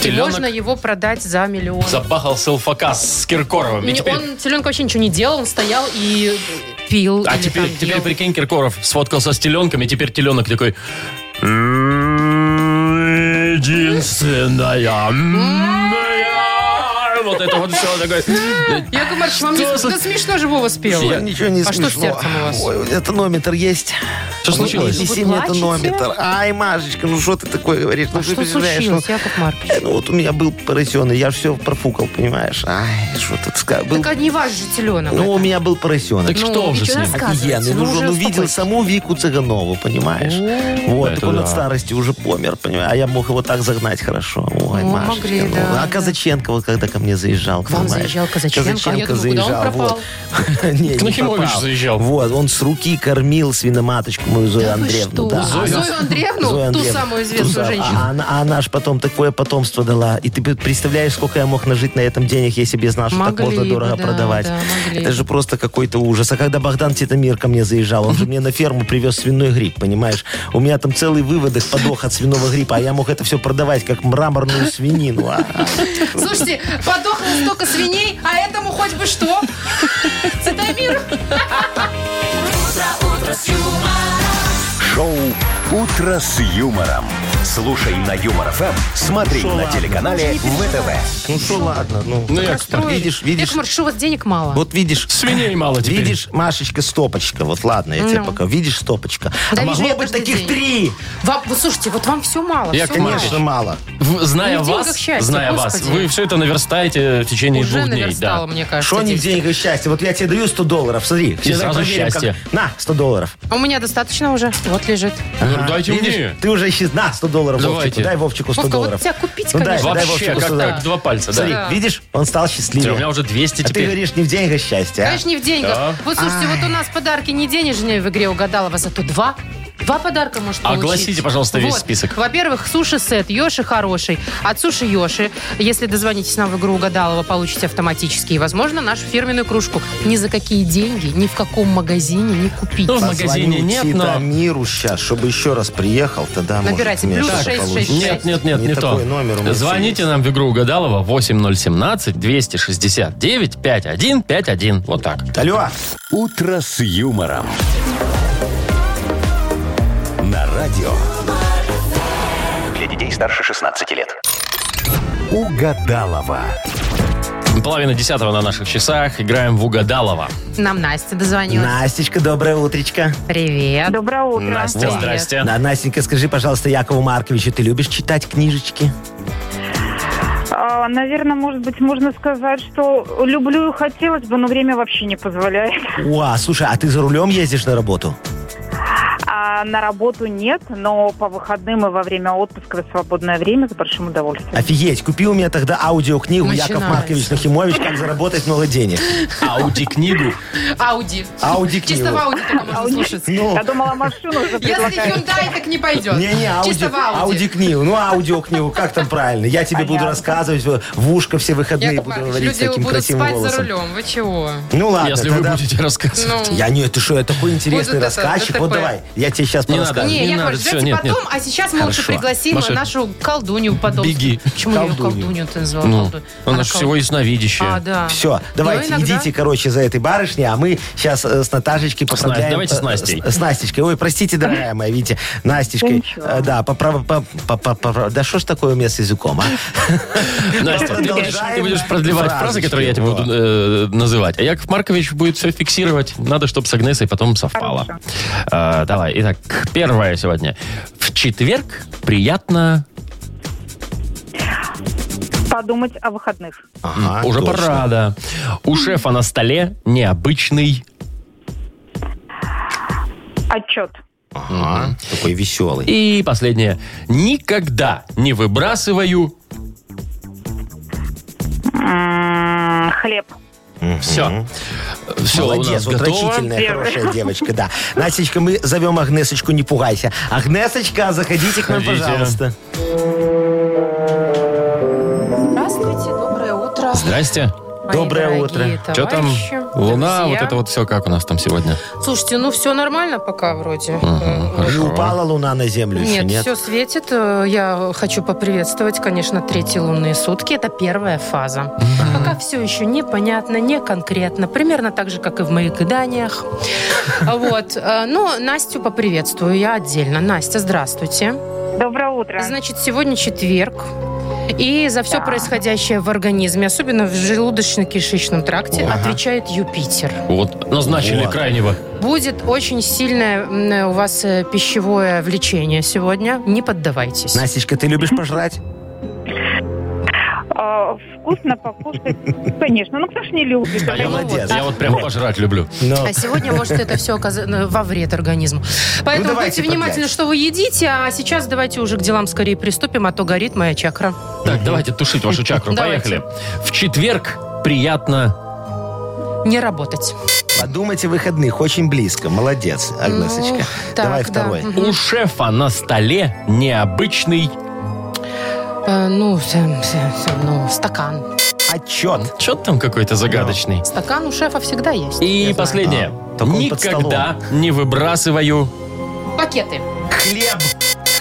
[SPEAKER 4] и
[SPEAKER 2] теленок
[SPEAKER 4] можно его продать за миллион.
[SPEAKER 2] Запахал селфакас с Киркоровым. И
[SPEAKER 4] Не,
[SPEAKER 2] теперь...
[SPEAKER 4] Он, теленок вообще ничего не делал, он стоял и пил.
[SPEAKER 2] А
[SPEAKER 4] или
[SPEAKER 2] теперь,
[SPEAKER 4] там
[SPEAKER 2] теперь
[SPEAKER 4] ел.
[SPEAKER 2] прикинь, Киркоров сфоткался с теленком, и теперь теленок такой... Единственная моя». Вот это вот все такое.
[SPEAKER 4] Яков Маркович, вам не
[SPEAKER 2] Что
[SPEAKER 4] см-
[SPEAKER 2] за-
[SPEAKER 4] да смешно же Вова спел.
[SPEAKER 2] Я-
[SPEAKER 3] Ничего не
[SPEAKER 4] А что с
[SPEAKER 3] смешно.
[SPEAKER 4] сердцем у вас?
[SPEAKER 3] Ой, это нометр есть.
[SPEAKER 2] Что случилось?
[SPEAKER 3] Неси
[SPEAKER 4] Вы
[SPEAKER 3] мне это
[SPEAKER 4] плачете?
[SPEAKER 3] нометр. Ай, Машечка, ну что ты такое говоришь? Ну
[SPEAKER 4] А
[SPEAKER 3] ты
[SPEAKER 4] что
[SPEAKER 3] представляешь, ну-
[SPEAKER 4] случилось, Яков Маркович?
[SPEAKER 3] Э, Ну вот у меня был поросенок, я все профукал, понимаешь? Ай, что тут сказать? Был...
[SPEAKER 4] Так а не ваш же теленок.
[SPEAKER 3] Ну, у меня был поросенок.
[SPEAKER 2] Так что уже с
[SPEAKER 4] Ну, ничего
[SPEAKER 2] ним?
[SPEAKER 4] рассказывайте,
[SPEAKER 3] Офигенный. Ну,
[SPEAKER 4] ну, уже
[SPEAKER 3] он увидел
[SPEAKER 4] успокойтесь.
[SPEAKER 3] саму Вику Цыганову, понимаешь?
[SPEAKER 2] Да,
[SPEAKER 3] Вот, так
[SPEAKER 2] это
[SPEAKER 3] он
[SPEAKER 2] да.
[SPEAKER 3] от старости уже помер, понимаешь? А я мог его так загнать хорошо. Ой,
[SPEAKER 4] О,
[SPEAKER 3] Машечка,
[SPEAKER 4] могли,
[SPEAKER 3] ну.
[SPEAKER 4] да,
[SPEAKER 3] А
[SPEAKER 4] да.
[SPEAKER 3] Казаченко вот когда ко мне заезжал,
[SPEAKER 4] К вам
[SPEAKER 3] понимаешь?
[SPEAKER 4] заезжал Казаченко? А я думаю, куда он
[SPEAKER 3] заезжал,
[SPEAKER 4] пропал?
[SPEAKER 3] вот. Не,
[SPEAKER 2] К
[SPEAKER 3] не
[SPEAKER 2] Нахимовичу
[SPEAKER 3] пропал.
[SPEAKER 2] заезжал.
[SPEAKER 3] Вот, он с руки кормил свиноматочку мою Зою
[SPEAKER 4] Да вы
[SPEAKER 3] Андреевну.
[SPEAKER 4] что?
[SPEAKER 3] да.
[SPEAKER 4] Зою
[SPEAKER 3] Она-
[SPEAKER 4] Андреевну?
[SPEAKER 3] Зою
[SPEAKER 4] Ту
[SPEAKER 3] Андреевну.
[SPEAKER 4] самую известную
[SPEAKER 3] Ту самую.
[SPEAKER 4] женщину.
[SPEAKER 3] А она, а она ж потом такое потомство дала. И ты представляешь, сколько я мог нажить на этом денег, если бы я знал, что так
[SPEAKER 4] Могли
[SPEAKER 3] можно
[SPEAKER 4] бы,
[SPEAKER 3] дорого
[SPEAKER 4] да,
[SPEAKER 3] продавать.
[SPEAKER 4] да, могли
[SPEAKER 3] Это
[SPEAKER 4] бы.
[SPEAKER 3] же просто какой-то ужас. А когда Богдан Титамир ко мне заезжал, он же мне на ферму привез свиной гриб, понимаешь? У меня там целый выводок подох от свиного гриппа, а я мог это все продавать как мраморную свинину. А,
[SPEAKER 4] Слушайте, подохло столько свиней, а этому хоть бы что. Цитамир.
[SPEAKER 1] Шоу «Утро с юмором» Слушай на Юмор ФМ, смотри на телеканале ВТВ.
[SPEAKER 3] Ну что, ладно, ну.
[SPEAKER 2] Ну, Яков Маркович,
[SPEAKER 3] Видишь, видишь,
[SPEAKER 4] Яков Маркович, что у вас денег мало?
[SPEAKER 3] вот видишь.
[SPEAKER 2] свиней мало А теперь.
[SPEAKER 3] Видишь, Машечка, стопочка. Вот ладно, я тебе
[SPEAKER 4] Ну.
[SPEAKER 3] пока. Видишь, стопочка.
[SPEAKER 4] Да
[SPEAKER 3] а
[SPEAKER 4] вижу я
[SPEAKER 3] могло быть
[SPEAKER 4] каждый
[SPEAKER 3] таких
[SPEAKER 4] день.
[SPEAKER 3] три.
[SPEAKER 4] Вам, вот слушайте, вот вам все мало.
[SPEAKER 2] Яков
[SPEAKER 4] всё мало.
[SPEAKER 2] Маркович,
[SPEAKER 3] Конечно, мало.
[SPEAKER 2] В- зная
[SPEAKER 4] Ну, в деньгах
[SPEAKER 2] вас,
[SPEAKER 4] счастье,
[SPEAKER 2] зная вас,
[SPEAKER 4] господи.
[SPEAKER 2] вы все это наверстаете в течение
[SPEAKER 4] Уже
[SPEAKER 2] двух дней.
[SPEAKER 4] наверстало,
[SPEAKER 2] Да.
[SPEAKER 4] мне кажется.
[SPEAKER 3] Что не в
[SPEAKER 4] действие.
[SPEAKER 3] деньгах счастье? Вот я тебе даю 100 долларов, смотри. Сейчас
[SPEAKER 2] сразу
[SPEAKER 3] проверим, как-
[SPEAKER 2] счастье.
[SPEAKER 3] На, 100 долларов.
[SPEAKER 4] А У меня достаточно уже. Вот лежит.
[SPEAKER 2] Ну, Дайте
[SPEAKER 3] Видишь,
[SPEAKER 2] мне.
[SPEAKER 3] ты уже исчез. На, 100 долларов
[SPEAKER 2] Давайте.
[SPEAKER 3] Вовчику. Дай Вовчику 100
[SPEAKER 4] Вовка, вот
[SPEAKER 3] долларов.
[SPEAKER 4] тебя купить,
[SPEAKER 3] Ну, дай,
[SPEAKER 4] конечно.
[SPEAKER 3] дай
[SPEAKER 2] Вообще,
[SPEAKER 3] Вовчику
[SPEAKER 2] как,
[SPEAKER 3] 100 долларов.
[SPEAKER 2] как два пальца,
[SPEAKER 3] Смотри,
[SPEAKER 2] да.
[SPEAKER 3] видишь, он стал
[SPEAKER 2] Всё,
[SPEAKER 3] счастливее.
[SPEAKER 2] у меня уже 200
[SPEAKER 3] А ты
[SPEAKER 2] теперь.
[SPEAKER 3] говоришь, не в деньгах счастье, а?
[SPEAKER 4] Конечно, не в деньгах.
[SPEAKER 2] Да.
[SPEAKER 4] Вот слушайте, вот у нас подарки не денежные в игре угадала вас, зато два. Два подарка может получить.
[SPEAKER 2] Огласите, пожалуйста, весь
[SPEAKER 4] Вот.
[SPEAKER 2] список.
[SPEAKER 4] Во-первых, суши-сет Йоши хороший. От суши Йоши, если дозвонитесь нам в игру угадалова, получите автоматически. И, возможно, нашу фирменную кружку. Ни за какие деньги, ни в каком магазине не купить.
[SPEAKER 2] Ну, в
[SPEAKER 3] Позвоню
[SPEAKER 2] магазине нет, но...
[SPEAKER 3] Титамиру сейчас, чтобы еще раз приехал, тогда
[SPEAKER 4] Набирайте
[SPEAKER 3] может,
[SPEAKER 4] плюс
[SPEAKER 3] мне что-то
[SPEAKER 4] шесть, шесть,
[SPEAKER 3] получится.
[SPEAKER 2] Нет, нет, нет, не,
[SPEAKER 3] Не
[SPEAKER 2] то.
[SPEAKER 3] такой номер у меня
[SPEAKER 2] Звоните нам в игру Угадалова 8017-269-5151. Вот так.
[SPEAKER 3] Алло,
[SPEAKER 1] Утро с юмором. На радио
[SPEAKER 8] Для детей старше 16 лет.
[SPEAKER 1] Угадалова.
[SPEAKER 2] Половина десятого на наших часах. Играем в Угадалова.
[SPEAKER 4] Нам Настя дозвонилась.
[SPEAKER 3] Настечка, доброе утречко.
[SPEAKER 4] Привет.
[SPEAKER 9] Доброе утро.
[SPEAKER 3] Настя.
[SPEAKER 4] Привет.
[SPEAKER 2] Здрасте.
[SPEAKER 3] На, Настенька, скажи, пожалуйста, Якову Марковичу, ты любишь читать книжечки?
[SPEAKER 9] Э, наверное, может быть, можно сказать, что люблю и хотелось бы, но время вообще не позволяет.
[SPEAKER 3] Уа, слушай, а ты за рулем ездишь на работу?
[SPEAKER 9] А на работу нет, но по выходным и во время отпуска в свободное время с большим удовольствием.
[SPEAKER 3] Офигеть, купи у меня тогда аудиокнигу Яков
[SPEAKER 4] Начинается.
[SPEAKER 3] Маркович Нахимович «Как заработать много денег».
[SPEAKER 2] Аудикнигу.
[SPEAKER 4] Ауди.
[SPEAKER 3] Ауди книгу.
[SPEAKER 4] Чисто в Ауди только можно слушать.
[SPEAKER 3] Ну,
[SPEAKER 9] Я думала, машину уже
[SPEAKER 4] Если
[SPEAKER 9] предлагают.
[SPEAKER 4] Hyundai, так не пойдет.
[SPEAKER 3] Не-не, ауди,
[SPEAKER 4] Чисто в Ауди.
[SPEAKER 3] аудиокнигу. Ну, аудиокнигу, как там правильно? Я тебе буду рассказывать в в ушко все выходные,
[SPEAKER 4] Яков
[SPEAKER 3] буду
[SPEAKER 4] Маркович,
[SPEAKER 3] говорить
[SPEAKER 4] люди
[SPEAKER 3] таким
[SPEAKER 4] будут
[SPEAKER 3] красивым
[SPEAKER 4] спать
[SPEAKER 3] голосом.
[SPEAKER 4] за рулем. Вы чего?
[SPEAKER 3] Ну ладно,
[SPEAKER 2] Если вы
[SPEAKER 3] тогда...
[SPEAKER 2] будете рассказывать.
[SPEAKER 4] Ну.
[SPEAKER 3] Я не, ты что, я такой интересный
[SPEAKER 4] Будут это,
[SPEAKER 3] рассказчик.
[SPEAKER 4] да,
[SPEAKER 3] вот
[SPEAKER 4] такое.
[SPEAKER 3] давай, я тебе сейчас
[SPEAKER 2] Не
[SPEAKER 3] порасскажу.
[SPEAKER 2] надо.
[SPEAKER 4] Не, я
[SPEAKER 2] надо,
[SPEAKER 4] говорю,
[SPEAKER 2] всё,
[SPEAKER 4] ждете
[SPEAKER 2] нет,
[SPEAKER 4] потом,
[SPEAKER 2] нет.
[SPEAKER 4] а сейчас мы лучше
[SPEAKER 2] Хорошо.
[SPEAKER 4] пригласим
[SPEAKER 2] Маша,
[SPEAKER 4] нашу колдунью потомственную.
[SPEAKER 2] беги.
[SPEAKER 4] Почему я ее
[SPEAKER 3] Колдунью.
[SPEAKER 4] колдунью ты назвала?
[SPEAKER 2] Ну,
[SPEAKER 4] Колдун-
[SPEAKER 2] она же
[SPEAKER 4] кол-
[SPEAKER 2] всего ясновидящая.
[SPEAKER 4] А, да.
[SPEAKER 3] Все, давайте,
[SPEAKER 4] Ну, иногда.
[SPEAKER 3] идите, короче, за этой барышней, а мы сейчас с Наташечкой поправляем...
[SPEAKER 2] Настей, давайте
[SPEAKER 3] э,
[SPEAKER 2] с Настей.
[SPEAKER 3] С, с Настечкой. Ой, простите, дорогая моя, видите,
[SPEAKER 4] Ну,
[SPEAKER 3] Настечкой. э, Да, поправ... по- по- по- по- Да что ж такое у меня с языком, а?
[SPEAKER 2] Настя, ты будешь,
[SPEAKER 3] Продолжаем
[SPEAKER 2] ты будешь продлевать фразы,
[SPEAKER 3] фразочки,
[SPEAKER 2] которые я тебе
[SPEAKER 3] вот.
[SPEAKER 2] буду э, называть. А Яков Маркович будет все фиксировать. Надо, чтобы с Агнесой потом совпало. Э, давай. Итак, первое сегодня. В четверг приятно...
[SPEAKER 9] Подумать о выходных.
[SPEAKER 3] Ага,
[SPEAKER 2] Уже
[SPEAKER 3] точно.
[SPEAKER 2] пора, да. У шефа на столе необычный...
[SPEAKER 9] Отчет.
[SPEAKER 3] Ага, такой веселый.
[SPEAKER 2] И последнее. Никогда не выбрасываю...
[SPEAKER 9] М, М-м, Хлеб.
[SPEAKER 2] Все. Все у нас
[SPEAKER 3] Молодец,
[SPEAKER 2] готово.
[SPEAKER 3] уточительная, хорошая девочка, да. Настечка, мы зовем Агнесочку, не пугайся. Агнесочка, заходите к нам,
[SPEAKER 2] Заходите.
[SPEAKER 3] пожалуйста.
[SPEAKER 10] Здравствуйте, доброе утро.
[SPEAKER 2] Здрасте.
[SPEAKER 4] Мои
[SPEAKER 3] Доброе
[SPEAKER 4] дорогие
[SPEAKER 3] утро.
[SPEAKER 2] Что там?
[SPEAKER 4] товарищи,
[SPEAKER 2] Луна,
[SPEAKER 4] друзья.
[SPEAKER 2] вот это вот все как у нас там сегодня?
[SPEAKER 4] Слушайте, ну все нормально пока вроде. Э,
[SPEAKER 3] Не упала луна на землю еще,
[SPEAKER 4] Нет,
[SPEAKER 3] нет?
[SPEAKER 4] все светит. Э, Я хочу поприветствовать, конечно, третьи лунные сутки. Это первая фаза. Пока все еще непонятно, не конкретно. Примерно так же, как и в моих гаданиях. Вот. Э, Ну, Настю поприветствую я отдельно. Настя, здравствуйте.
[SPEAKER 9] Доброе утро.
[SPEAKER 4] Значит, сегодня четверг. И за все происходящее в организме, особенно в желудочно-кишечном тракте, отвечает Юпитер.
[SPEAKER 2] Вот, назначили
[SPEAKER 3] Вот.
[SPEAKER 2] крайнего.
[SPEAKER 4] Будет очень сильное м, у вас э, пищевое влечение сегодня. Не поддавайтесь.
[SPEAKER 3] Настечка, ты любишь пожрать?
[SPEAKER 9] А, Вкусно покушать. Конечно, ну кто ж не любит.
[SPEAKER 2] А я
[SPEAKER 9] Это
[SPEAKER 3] Молодец.
[SPEAKER 2] вот, я вот прям пожрать люблю.
[SPEAKER 3] Ну,
[SPEAKER 4] А сегодня может это все оказаться во вред организму. Поэтому
[SPEAKER 3] Ну, давайте
[SPEAKER 4] будьте внимательны,
[SPEAKER 3] поглядь.
[SPEAKER 4] что вы едите. А сейчас давайте уже к делам скорее приступим, а то горит моя чакра.
[SPEAKER 2] Так, давайте тушить вашу чакру.
[SPEAKER 4] Давайте.
[SPEAKER 2] Поехали. В четверг приятно...
[SPEAKER 4] Не работать.
[SPEAKER 3] подумайте о выходных, очень близко. Молодец, Агнесочка.
[SPEAKER 4] Ну, так,
[SPEAKER 3] Давай
[SPEAKER 4] да.
[SPEAKER 3] второй.
[SPEAKER 4] Мгм.
[SPEAKER 2] У шефа на столе необычный...
[SPEAKER 4] Э, Ну, с- с- с- ну, стакан.
[SPEAKER 3] Отчет.
[SPEAKER 2] Че там какой-то загадочный?
[SPEAKER 4] Стакан у шефа всегда есть.
[SPEAKER 2] И последнее.
[SPEAKER 3] Только он под
[SPEAKER 2] Никогда не выбрасываю...
[SPEAKER 4] Пакеты.
[SPEAKER 3] Хлеб.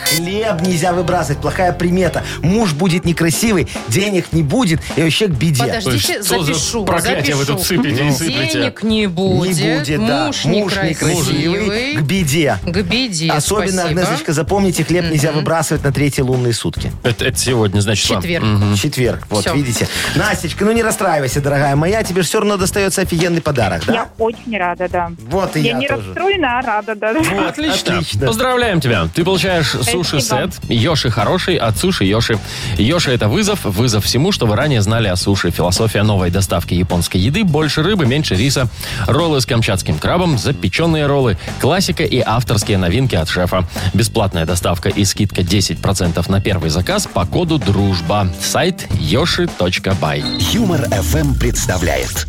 [SPEAKER 3] Хлеб нельзя выбрасывать, плохая примета. Муж будет некрасивый, денег не будет, и вообще к беде.
[SPEAKER 4] Подождите,
[SPEAKER 2] Что за
[SPEAKER 4] запишу.
[SPEAKER 2] проклятие вы
[SPEAKER 4] запишу. Ну,
[SPEAKER 2] тут сыпете и сыплете?
[SPEAKER 4] Денег не будет,
[SPEAKER 3] не будет, да.
[SPEAKER 4] муж, некрасивый.
[SPEAKER 3] к беде.
[SPEAKER 4] К беде,
[SPEAKER 3] Особенно,
[SPEAKER 4] спасибо.
[SPEAKER 3] Агнесочка, запомните, хлеб нельзя выбрасывать на третьи лунные сутки.
[SPEAKER 2] Это, это сегодня, значит, вам.
[SPEAKER 4] Четверг.
[SPEAKER 2] Мгм.
[SPEAKER 3] Четверг, вот,
[SPEAKER 4] Всё.
[SPEAKER 3] видите. Настечка, ну не расстраивайся, дорогая моя, тебе же все равно достается офигенный подарок, да?
[SPEAKER 9] Я очень рада, да.
[SPEAKER 3] Вот и
[SPEAKER 9] я,
[SPEAKER 3] я
[SPEAKER 9] не
[SPEAKER 3] тоже.
[SPEAKER 9] расстроена, а рада, да.
[SPEAKER 3] Вот,
[SPEAKER 2] Отлично.
[SPEAKER 3] отлично.
[SPEAKER 2] Поздравляем тебя. Ты получаешь суши-сет Йоши хороший от суши Йоши. Йоши это вызов, вызов всему, что вы ранее знали о суши. Философия новой доставки японской еды. Больше рыбы, меньше риса. Роллы с камчатским крабом, запеченные роллы, классика и авторские новинки от шефа. Бесплатная доставка и скидка 10% на первый заказ по коду «Дружба». Сайт yoshi.by.
[SPEAKER 1] Юмор FM представляет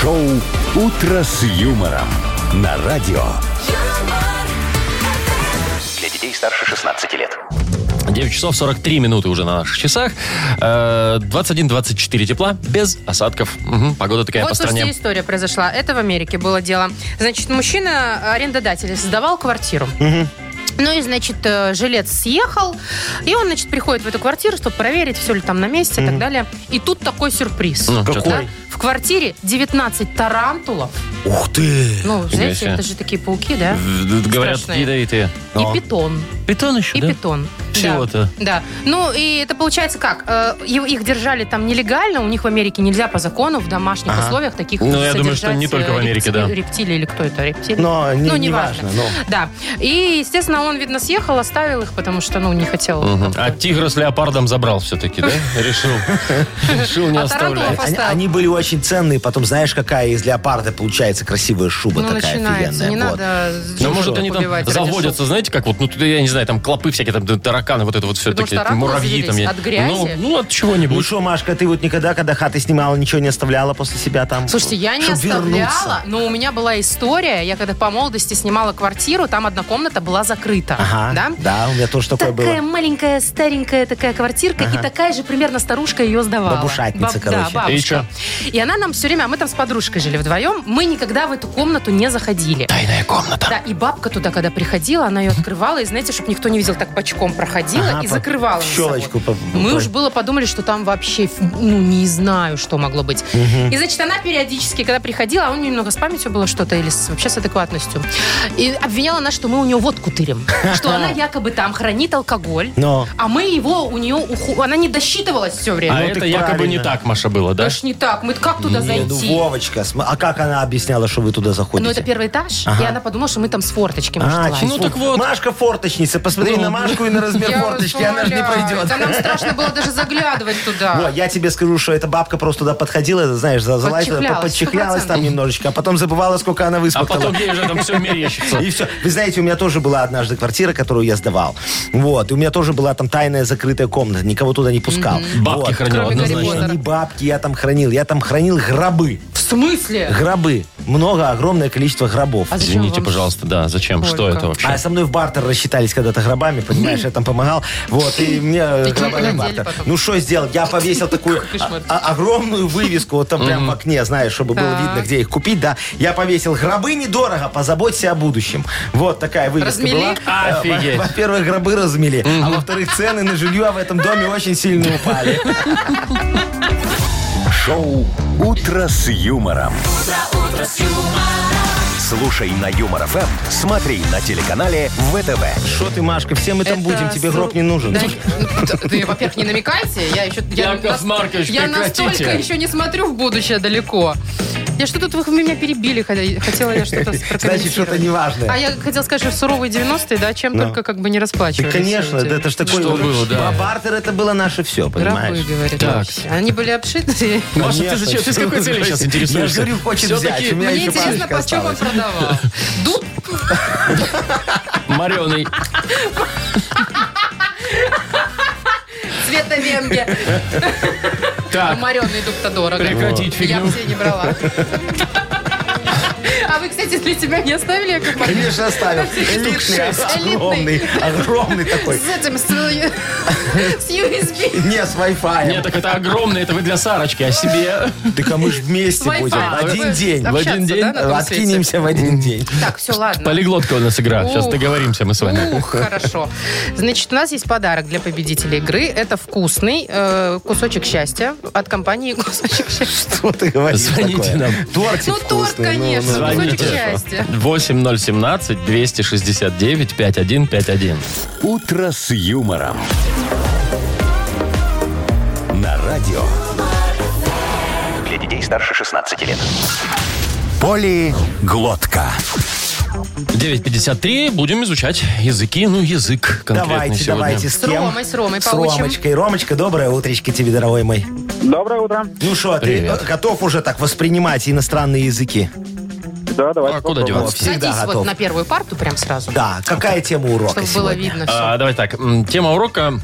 [SPEAKER 1] шоу Утро с юмором на радио.
[SPEAKER 8] Для детей старше 16 лет.
[SPEAKER 2] 9 часов 43 минуты уже на наших часах. Э, 21-24 тепла, без осадков. Мгм, Погода такая по
[SPEAKER 4] Вот,
[SPEAKER 2] стране.
[SPEAKER 4] слушайте, история произошла. Это в Америке было дело. Значит, мужчина, арендодатель, сдавал квартиру. Ну и, значит, э, жилец съехал, и он, значит, приходит в эту квартиру, чтобы проверить, все ли там на месте и так далее. И тут такой сюрприз.
[SPEAKER 2] Ну, чё
[SPEAKER 4] Да? В квартире 19 тарантулов.
[SPEAKER 3] Ух ты!
[SPEAKER 4] Ну, знаете,
[SPEAKER 2] себе.
[SPEAKER 4] это же такие пауки, да?
[SPEAKER 2] В- в- Говорят,
[SPEAKER 4] Страшные.
[SPEAKER 2] ядовитые.
[SPEAKER 4] И питон.
[SPEAKER 2] Питон еще,
[SPEAKER 4] И питон.
[SPEAKER 2] Всего-то.
[SPEAKER 4] Да. да. Ну, и это получается как? Э, и- Их держали там нелегально, у них в Америке нельзя по закону в домашних условиях таких
[SPEAKER 2] Ну, я думаю, что
[SPEAKER 4] содержать,
[SPEAKER 2] не только в
[SPEAKER 4] э,
[SPEAKER 2] Америке,
[SPEAKER 4] рептили-
[SPEAKER 2] да.
[SPEAKER 4] Рептилии или кто это? Рептилии?
[SPEAKER 3] Но не,
[SPEAKER 4] ну,
[SPEAKER 3] не
[SPEAKER 4] неважно.
[SPEAKER 3] важно. но.
[SPEAKER 4] Да. И, естественно, он, видно, съехал, оставил их, потому что, ну, не хотел. как-то.
[SPEAKER 2] А тигра с леопардом забрал все-таки, да? Решил. Решил не
[SPEAKER 4] А
[SPEAKER 2] оставлять.
[SPEAKER 4] тарантулов
[SPEAKER 3] Они,
[SPEAKER 4] Поставил.
[SPEAKER 3] они были очень ценные, потом знаешь, какая из леопарда получается красивая шуба
[SPEAKER 4] Ну,
[SPEAKER 3] такая
[SPEAKER 4] начинается.
[SPEAKER 3] офигенная.
[SPEAKER 4] Не
[SPEAKER 3] вот.
[SPEAKER 4] надо
[SPEAKER 2] Ну,
[SPEAKER 4] жуков
[SPEAKER 2] может, они там
[SPEAKER 4] убивать ради
[SPEAKER 2] заводятся, знаете, как вот, ну, тут, я не знаю, там клопы всякие, там д- тараканы, вот это вот все
[SPEAKER 4] Потому
[SPEAKER 2] такие,
[SPEAKER 4] что тараканы
[SPEAKER 2] муравьи там. я-
[SPEAKER 4] завелись от грязи.
[SPEAKER 2] Ну, ну, от
[SPEAKER 3] Ну
[SPEAKER 2] чего-нибудь.
[SPEAKER 3] что, Машка, ты вот никогда, когда хаты снимала, ничего не оставляла после себя там?
[SPEAKER 4] Слушайте, я не
[SPEAKER 3] Чтоб
[SPEAKER 4] оставляла,
[SPEAKER 3] вернуться.
[SPEAKER 4] но у меня была история. Я когда по молодости снимала квартиру, там одна комната была закрыта.
[SPEAKER 3] Ага,
[SPEAKER 4] да?
[SPEAKER 3] да? у меня тоже такое
[SPEAKER 4] Такая
[SPEAKER 3] было.
[SPEAKER 4] маленькая, старенькая такая квартирка, и такая же примерно старушка ее сдавала.
[SPEAKER 3] Бабушатница, короче.
[SPEAKER 4] Да, бабушка. И, она нам все время, а мы там с подружкой жили вдвоем, мы никогда в эту комнату не заходили.
[SPEAKER 2] Тайная комната.
[SPEAKER 4] Да, и бабка туда, когда приходила, она ее открывала, и знаете, чтобы никто не видел, так бочком проходила
[SPEAKER 3] Ага,
[SPEAKER 4] и
[SPEAKER 3] по-
[SPEAKER 4] закрывала.
[SPEAKER 3] в
[SPEAKER 4] за собой.
[SPEAKER 3] щелочку по-
[SPEAKER 4] Мы
[SPEAKER 3] по-
[SPEAKER 4] уж было подумали, что там вообще, ф- ну, не знаю, что могло быть. И, значит, она периодически, когда приходила, а у нее немного с памятью было что-то, или с- вообще с адекватностью, и обвиняла нас, что мы у нее водку тырим, что она якобы там хранит алкоголь,
[SPEAKER 3] Но.
[SPEAKER 4] а мы его у нее, уху- она не досчитывалась все
[SPEAKER 2] А
[SPEAKER 4] время.
[SPEAKER 2] это
[SPEAKER 3] так
[SPEAKER 2] якобы не
[SPEAKER 3] правильно.
[SPEAKER 2] так, Маша, было, да?
[SPEAKER 4] Это ж не так, мы как туда
[SPEAKER 3] Не, ну,
[SPEAKER 4] зайти?
[SPEAKER 3] Вовочка, см- а как она объясняла, что вы туда заходите?
[SPEAKER 4] Ну, это первый этаж, и она подумала, что мы там с форточки, может,
[SPEAKER 3] А,
[SPEAKER 4] лазим.
[SPEAKER 3] через
[SPEAKER 2] Ну,
[SPEAKER 3] фор-
[SPEAKER 2] так вот.
[SPEAKER 3] Машка форточница. Посмотри
[SPEAKER 2] Ну.
[SPEAKER 3] на Машку и на размер
[SPEAKER 4] Я вас
[SPEAKER 3] форточки. Она же не
[SPEAKER 4] умоляю.
[SPEAKER 3] пройдет.
[SPEAKER 4] Да нам страшно было даже заглядывать
[SPEAKER 3] Во,
[SPEAKER 4] туда. Подчихлялась,
[SPEAKER 3] по- подчихлялась там
[SPEAKER 4] 100%.
[SPEAKER 3] немножечко, а потом забывала, сколько она
[SPEAKER 2] А
[SPEAKER 3] высмоктала.
[SPEAKER 2] потом ей уже там все мерещится.
[SPEAKER 3] И все. Вы знаете, у меня тоже была однажды квартира, которую я сдавал. Вот. И у меня тоже была там тайная закрытая комната. Никого туда не пускал.
[SPEAKER 2] Бабки
[SPEAKER 3] Вот.
[SPEAKER 2] хранил
[SPEAKER 4] Кроме Гарри
[SPEAKER 2] однозначно.
[SPEAKER 4] Поттера.
[SPEAKER 3] Не бабки я там хранил. Я там хранил гробы.
[SPEAKER 4] В смысле?
[SPEAKER 3] Гробы. Много, огромное количество гробов.
[SPEAKER 4] А зачем
[SPEAKER 2] Извините,
[SPEAKER 4] вам
[SPEAKER 2] пожалуйста, да, зачем? Что
[SPEAKER 4] Сколько?
[SPEAKER 2] это вообще?
[SPEAKER 3] А со мной в бартер рассчитались когда-то гробами, понимаешь, я там помогал. Вот, и мне э,
[SPEAKER 4] Такие
[SPEAKER 3] гробами
[SPEAKER 4] надели
[SPEAKER 3] бартер.
[SPEAKER 4] потом.
[SPEAKER 3] Ну, что сделал? Я повесил такую
[SPEAKER 4] Кошмар.
[SPEAKER 3] а- а- огромную вывеску, вот там прям в окне, знаешь, чтобы было
[SPEAKER 4] Так.
[SPEAKER 3] видно, где их купить, да. Я повесил гробы недорого, позаботься о будущем. Вот такая вывеска
[SPEAKER 4] Размели?
[SPEAKER 3] была. Э, во-
[SPEAKER 2] Офигеть.
[SPEAKER 3] Во-первых, гробы размели, а во-вторых, цены на жилье в этом доме очень сильно упали.
[SPEAKER 1] Шоу Утро с юмором. Слушай на Юмор ФМ, смотри на телеканале ВТВ.
[SPEAKER 3] Что ты, Машка, все мы там
[SPEAKER 4] Это
[SPEAKER 3] будем, тебе
[SPEAKER 4] с-
[SPEAKER 3] гроб не нужен.
[SPEAKER 4] Да, ну, ты, во-первых, не намекайте. Я еще... Я,
[SPEAKER 2] Яков
[SPEAKER 4] нас-
[SPEAKER 2] Маркович,
[SPEAKER 4] я
[SPEAKER 2] прекратите.
[SPEAKER 4] настолько еще не смотрю в будущее далеко. Я что тут вы меня перебили, хотя- хотела я что-то прокомментировать.
[SPEAKER 3] Значит, что-то неважное.
[SPEAKER 4] А я хотела сказать, что в суровые 90-е, да, чем
[SPEAKER 3] Ну.
[SPEAKER 4] только как бы не
[SPEAKER 3] Да,
[SPEAKER 4] расплачивались.
[SPEAKER 3] конечно,
[SPEAKER 4] люди.
[SPEAKER 3] да это ж такой...
[SPEAKER 2] Что было, да.
[SPEAKER 3] Бартер это было наше все, понимаешь?
[SPEAKER 4] Рабы, говорит.
[SPEAKER 2] Так.
[SPEAKER 4] вообще. Они были обшиты.
[SPEAKER 2] А, Маша, ты
[SPEAKER 3] Конечно,
[SPEAKER 2] зачем? Ты с какой целью сейчас
[SPEAKER 3] Я
[SPEAKER 2] интересуешься?
[SPEAKER 3] же говорю, хочет
[SPEAKER 2] Всё-таки
[SPEAKER 3] взять. У меня
[SPEAKER 4] Мне
[SPEAKER 3] еще
[SPEAKER 4] интересно,
[SPEAKER 3] парочка
[SPEAKER 4] по чем он
[SPEAKER 3] осталась.
[SPEAKER 4] продавал. Дуб?
[SPEAKER 2] Мореный.
[SPEAKER 4] Цвета венге.
[SPEAKER 2] Так,
[SPEAKER 4] Мореный дуб-то дорого.
[SPEAKER 2] прекратить
[SPEAKER 4] Я
[SPEAKER 2] фигню.
[SPEAKER 4] все не брала. А вы, кстати, для тебя не оставили? Яков Маркович?
[SPEAKER 3] Конечно, оставил. Элитный,
[SPEAKER 4] шесть.
[SPEAKER 3] огромный, огромный такой.
[SPEAKER 4] С этим, с, э, с USB.
[SPEAKER 3] Не, с Wi-Fi.
[SPEAKER 2] Нет, так это огромное, это вы для Сарочки, а себе...
[SPEAKER 3] Так а мы же
[SPEAKER 4] С
[SPEAKER 3] вместе
[SPEAKER 4] Wi-Fi.
[SPEAKER 3] будем. Один
[SPEAKER 4] Вы
[SPEAKER 3] день.
[SPEAKER 4] общаться,
[SPEAKER 2] В один день
[SPEAKER 4] да, на том свете?
[SPEAKER 3] Откинемся в один день.
[SPEAKER 4] Так, все, ладно.
[SPEAKER 2] Полиглотка у нас игра. Сейчас
[SPEAKER 4] Ух.
[SPEAKER 2] договоримся мы с вами.
[SPEAKER 4] Ух, хорошо. Значит, у нас есть подарок для победителей игры. Это вкусный э, кусочек счастья от компании «Кусочек счастья».
[SPEAKER 3] Что ты говоришь
[SPEAKER 2] Звоните
[SPEAKER 3] такое?
[SPEAKER 2] нам.
[SPEAKER 3] Тортик
[SPEAKER 4] Ну, торт,
[SPEAKER 3] вкусный, ну,
[SPEAKER 4] конечно,
[SPEAKER 3] ну, ну.
[SPEAKER 4] кусочек
[SPEAKER 2] Звоните.
[SPEAKER 4] счастья.
[SPEAKER 2] 8017 269 5151.
[SPEAKER 1] «Утро с юмором». На радио
[SPEAKER 8] Для детей старше 16 лет.
[SPEAKER 1] «Полиглотка».
[SPEAKER 2] 953. Будем изучать языки. Ну, язык конкретный
[SPEAKER 3] Давайте,
[SPEAKER 2] сегодня.
[SPEAKER 3] давайте. С
[SPEAKER 4] С
[SPEAKER 3] кем?
[SPEAKER 4] Ромой, с Ромой
[SPEAKER 3] С
[SPEAKER 4] поучим.
[SPEAKER 3] Ромочкой. Ромочка, доброе утречко тебе, дорогой мой.
[SPEAKER 5] Доброе утро.
[SPEAKER 3] Ну что, ты
[SPEAKER 2] Привет.
[SPEAKER 3] э, готов уже так воспринимать иностранные языки?
[SPEAKER 5] Да, давайте.
[SPEAKER 2] А куда деваться?
[SPEAKER 3] Всегда
[SPEAKER 4] Садись вот
[SPEAKER 3] готов.
[SPEAKER 4] на первую парту прям сразу,
[SPEAKER 3] Да, какая тема урока
[SPEAKER 4] чтобы было
[SPEAKER 3] сегодня?
[SPEAKER 4] видно все.
[SPEAKER 2] А, давай так. М, Тема урока.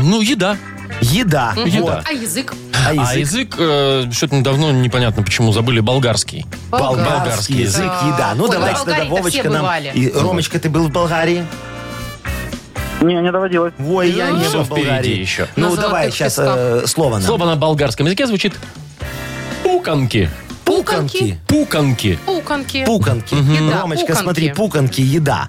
[SPEAKER 2] Ну, еда.
[SPEAKER 3] Еда.
[SPEAKER 2] Еда.
[SPEAKER 3] Вот.
[SPEAKER 4] А язык?
[SPEAKER 3] А
[SPEAKER 2] А
[SPEAKER 3] язык?
[SPEAKER 2] язык, э, что-то недавно непонятно почему забыли, болгарский. болгарский
[SPEAKER 3] Болгарский язык,
[SPEAKER 4] язык.
[SPEAKER 3] еда. Ну,
[SPEAKER 4] Ой,
[SPEAKER 3] давайте
[SPEAKER 4] в
[SPEAKER 3] тогда,
[SPEAKER 4] Болгарии-то
[SPEAKER 3] Вовочка,
[SPEAKER 4] все
[SPEAKER 3] нам...
[SPEAKER 4] бывали.
[SPEAKER 3] И, Ромочка, ты был в Болгарии?
[SPEAKER 5] Не, не доводилось.
[SPEAKER 3] Ой, я
[SPEAKER 2] Ну,
[SPEAKER 3] не
[SPEAKER 2] всё
[SPEAKER 3] был в
[SPEAKER 2] впереди
[SPEAKER 3] Болгарии.
[SPEAKER 2] еще.
[SPEAKER 4] На
[SPEAKER 3] Ну,
[SPEAKER 4] золотых
[SPEAKER 3] давай сейчас
[SPEAKER 4] песках.
[SPEAKER 3] э, слово нам.
[SPEAKER 2] Слово на болгарском языке звучит пуканки.
[SPEAKER 4] Пуканки.
[SPEAKER 2] Пуканки.
[SPEAKER 4] Пуканки.
[SPEAKER 3] Пуканки.
[SPEAKER 4] Еда,
[SPEAKER 3] Ромочка,
[SPEAKER 4] пуканки.
[SPEAKER 3] смотри, пуканки, еда.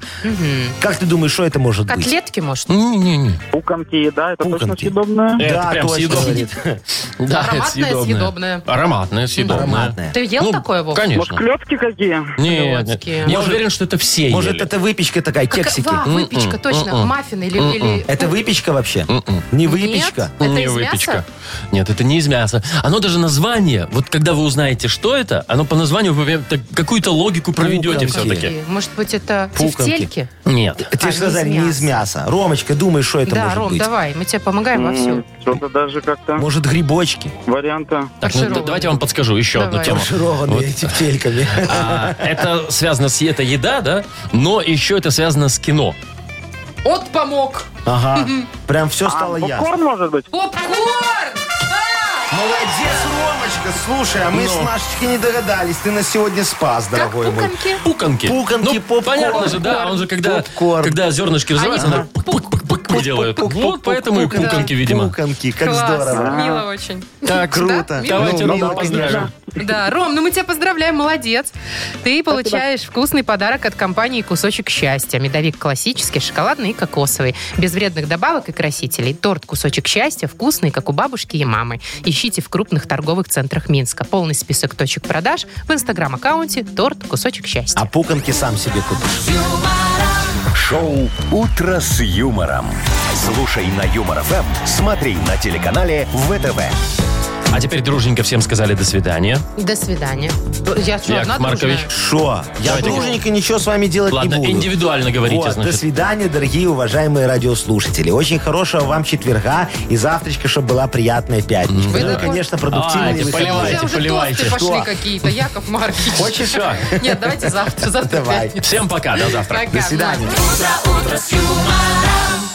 [SPEAKER 3] Как ты думаешь, что это может быть?
[SPEAKER 4] Котлетки, может?
[SPEAKER 2] Не-не-не.
[SPEAKER 5] Пуканки, еда, это точно
[SPEAKER 3] Пуканки.
[SPEAKER 5] съедобное?
[SPEAKER 2] Это
[SPEAKER 3] Да,
[SPEAKER 2] прям
[SPEAKER 3] точно.
[SPEAKER 2] съедобно.
[SPEAKER 3] говорит.
[SPEAKER 2] Да, это
[SPEAKER 4] Ароматное,
[SPEAKER 2] съедобное.
[SPEAKER 4] съедобное.
[SPEAKER 2] Ароматное, съедобное.
[SPEAKER 3] Ароматное.
[SPEAKER 4] Ты ел
[SPEAKER 2] Ну,
[SPEAKER 4] такое, Вов?
[SPEAKER 2] Конечно.
[SPEAKER 5] Клетки какие?
[SPEAKER 2] Нет, нет.
[SPEAKER 4] Клёцкие.
[SPEAKER 2] Я
[SPEAKER 4] Может-
[SPEAKER 2] уверен, что это все
[SPEAKER 3] Может,
[SPEAKER 2] ели.
[SPEAKER 3] это выпечка такая,
[SPEAKER 4] Как-
[SPEAKER 3] кексики?
[SPEAKER 4] ва, выпечка,
[SPEAKER 2] М-м,
[SPEAKER 4] точно.
[SPEAKER 2] м-м.
[SPEAKER 4] Маффины или- или...
[SPEAKER 3] Это выпечка вообще? Не выпечка?
[SPEAKER 4] Нет, это
[SPEAKER 2] не
[SPEAKER 4] из
[SPEAKER 2] выпечка.
[SPEAKER 4] мяса?
[SPEAKER 2] Нет, это не из мяса. Оно даже название, вот когда вы узнаете, что это, оно по названию вы прям так какую-то логику проведете
[SPEAKER 3] Пуканки.
[SPEAKER 2] все-таки.
[SPEAKER 4] И, Может быть, это
[SPEAKER 3] Пуканки.
[SPEAKER 4] тефтельки?
[SPEAKER 2] Нет.
[SPEAKER 3] Тебе
[SPEAKER 4] А,
[SPEAKER 3] же
[SPEAKER 4] не из
[SPEAKER 3] сказали, не из мяса. Ромочка, думаешь, что это
[SPEAKER 4] Да,
[SPEAKER 3] может
[SPEAKER 4] Ром,
[SPEAKER 3] быть?
[SPEAKER 4] давай, мы тебе помогаем во всем.
[SPEAKER 5] М, Что-то даже как-то
[SPEAKER 3] Может, грибочки?
[SPEAKER 5] варианта.
[SPEAKER 2] Так, ну,
[SPEAKER 4] Фаршированные.
[SPEAKER 2] д- давайте я вам подскажу еще одну
[SPEAKER 4] Давай.
[SPEAKER 2] тему.
[SPEAKER 3] Фаршированные тефтельками.
[SPEAKER 2] А, это связано с это еда, да, но еще это связано с кино.
[SPEAKER 4] От помог.
[SPEAKER 3] Ага. Прям все
[SPEAKER 4] А,
[SPEAKER 3] стало ясно.
[SPEAKER 5] Попкорн, может быть?
[SPEAKER 4] Попкорн!
[SPEAKER 3] Молодец, Ромочка. Слушай, а мы с Машечкой не догадались. Ты нас сегодня спас,
[SPEAKER 4] Как
[SPEAKER 3] дорогой мой.
[SPEAKER 4] пуканки.
[SPEAKER 2] Пуканки.
[SPEAKER 3] Пуканки,
[SPEAKER 2] ну,
[SPEAKER 3] попкорн.
[SPEAKER 2] Понятно же, да, он же когда,
[SPEAKER 3] Попкорн.
[SPEAKER 2] когда зернышки взрываются,
[SPEAKER 4] Они
[SPEAKER 2] она пук-пук-пук делает. Ну,
[SPEAKER 3] Пук-пук-пук,
[SPEAKER 2] Вот поэтому и
[SPEAKER 3] пуканки.
[SPEAKER 2] пуканки, видимо.
[SPEAKER 3] Пуканки, как
[SPEAKER 4] Класс,
[SPEAKER 3] здорово.
[SPEAKER 4] мило очень.
[SPEAKER 3] Так,
[SPEAKER 4] Да,
[SPEAKER 3] круто.
[SPEAKER 4] мило.
[SPEAKER 2] Давайте
[SPEAKER 3] Ну,
[SPEAKER 2] Рома
[SPEAKER 3] мило, конечно.
[SPEAKER 2] поздравим.
[SPEAKER 4] Да, Ром, ну мы тебя поздравляем, молодец. Ты получаешь вкусный подарок от компании «Кусочек счастья». Медовик классический, шоколадный и кокосовый. Без вредных добавок и красителей. Торт «Кусочек счастья» вкусный, как у бабушки и мамы. Ищите в крупных торговых центрах Минска. Полный список точек продаж в инстаграм-аккаунте «Торт «Кусочек счастья».
[SPEAKER 3] А пуканки сам себе купишь.
[SPEAKER 1] Шоу «Утро с юмором». Слушай на Юмор ФМ, смотри на телеканале ВТВ.
[SPEAKER 2] А теперь, друженька, всем сказали до свидания.
[SPEAKER 4] До свидания. Я что,
[SPEAKER 2] А Яков
[SPEAKER 4] одна
[SPEAKER 2] Маркович.
[SPEAKER 4] дружная?
[SPEAKER 3] Шо? Я
[SPEAKER 2] Давайте.
[SPEAKER 3] дружненько ничего с вами делать
[SPEAKER 2] Ладно,
[SPEAKER 3] не буду.
[SPEAKER 2] индивидуально говорите,
[SPEAKER 3] Вот,
[SPEAKER 2] значит.
[SPEAKER 3] До свидания, дорогие уважаемые радиослушатели. Очень хорошего вам четверга и завтрачка, чтобы была приятная пятничка.
[SPEAKER 4] Вы
[SPEAKER 3] Ну,
[SPEAKER 4] такой-
[SPEAKER 3] конечно, продуктивные
[SPEAKER 2] Давайте,
[SPEAKER 3] выходные.
[SPEAKER 2] А, поливайте.
[SPEAKER 4] Уже, уже
[SPEAKER 2] поливайте.
[SPEAKER 4] тосты пошли
[SPEAKER 3] Что?
[SPEAKER 4] какие-то, Яков Маркович.
[SPEAKER 2] Хочешь? Всё.
[SPEAKER 4] Нет, давайте завтра, завтра
[SPEAKER 3] Давай.
[SPEAKER 4] пятница.
[SPEAKER 2] Всем пока, до завтра.
[SPEAKER 4] Пока,
[SPEAKER 3] До свидания.
[SPEAKER 4] Надя.
[SPEAKER 6] Утро, утро с юмором.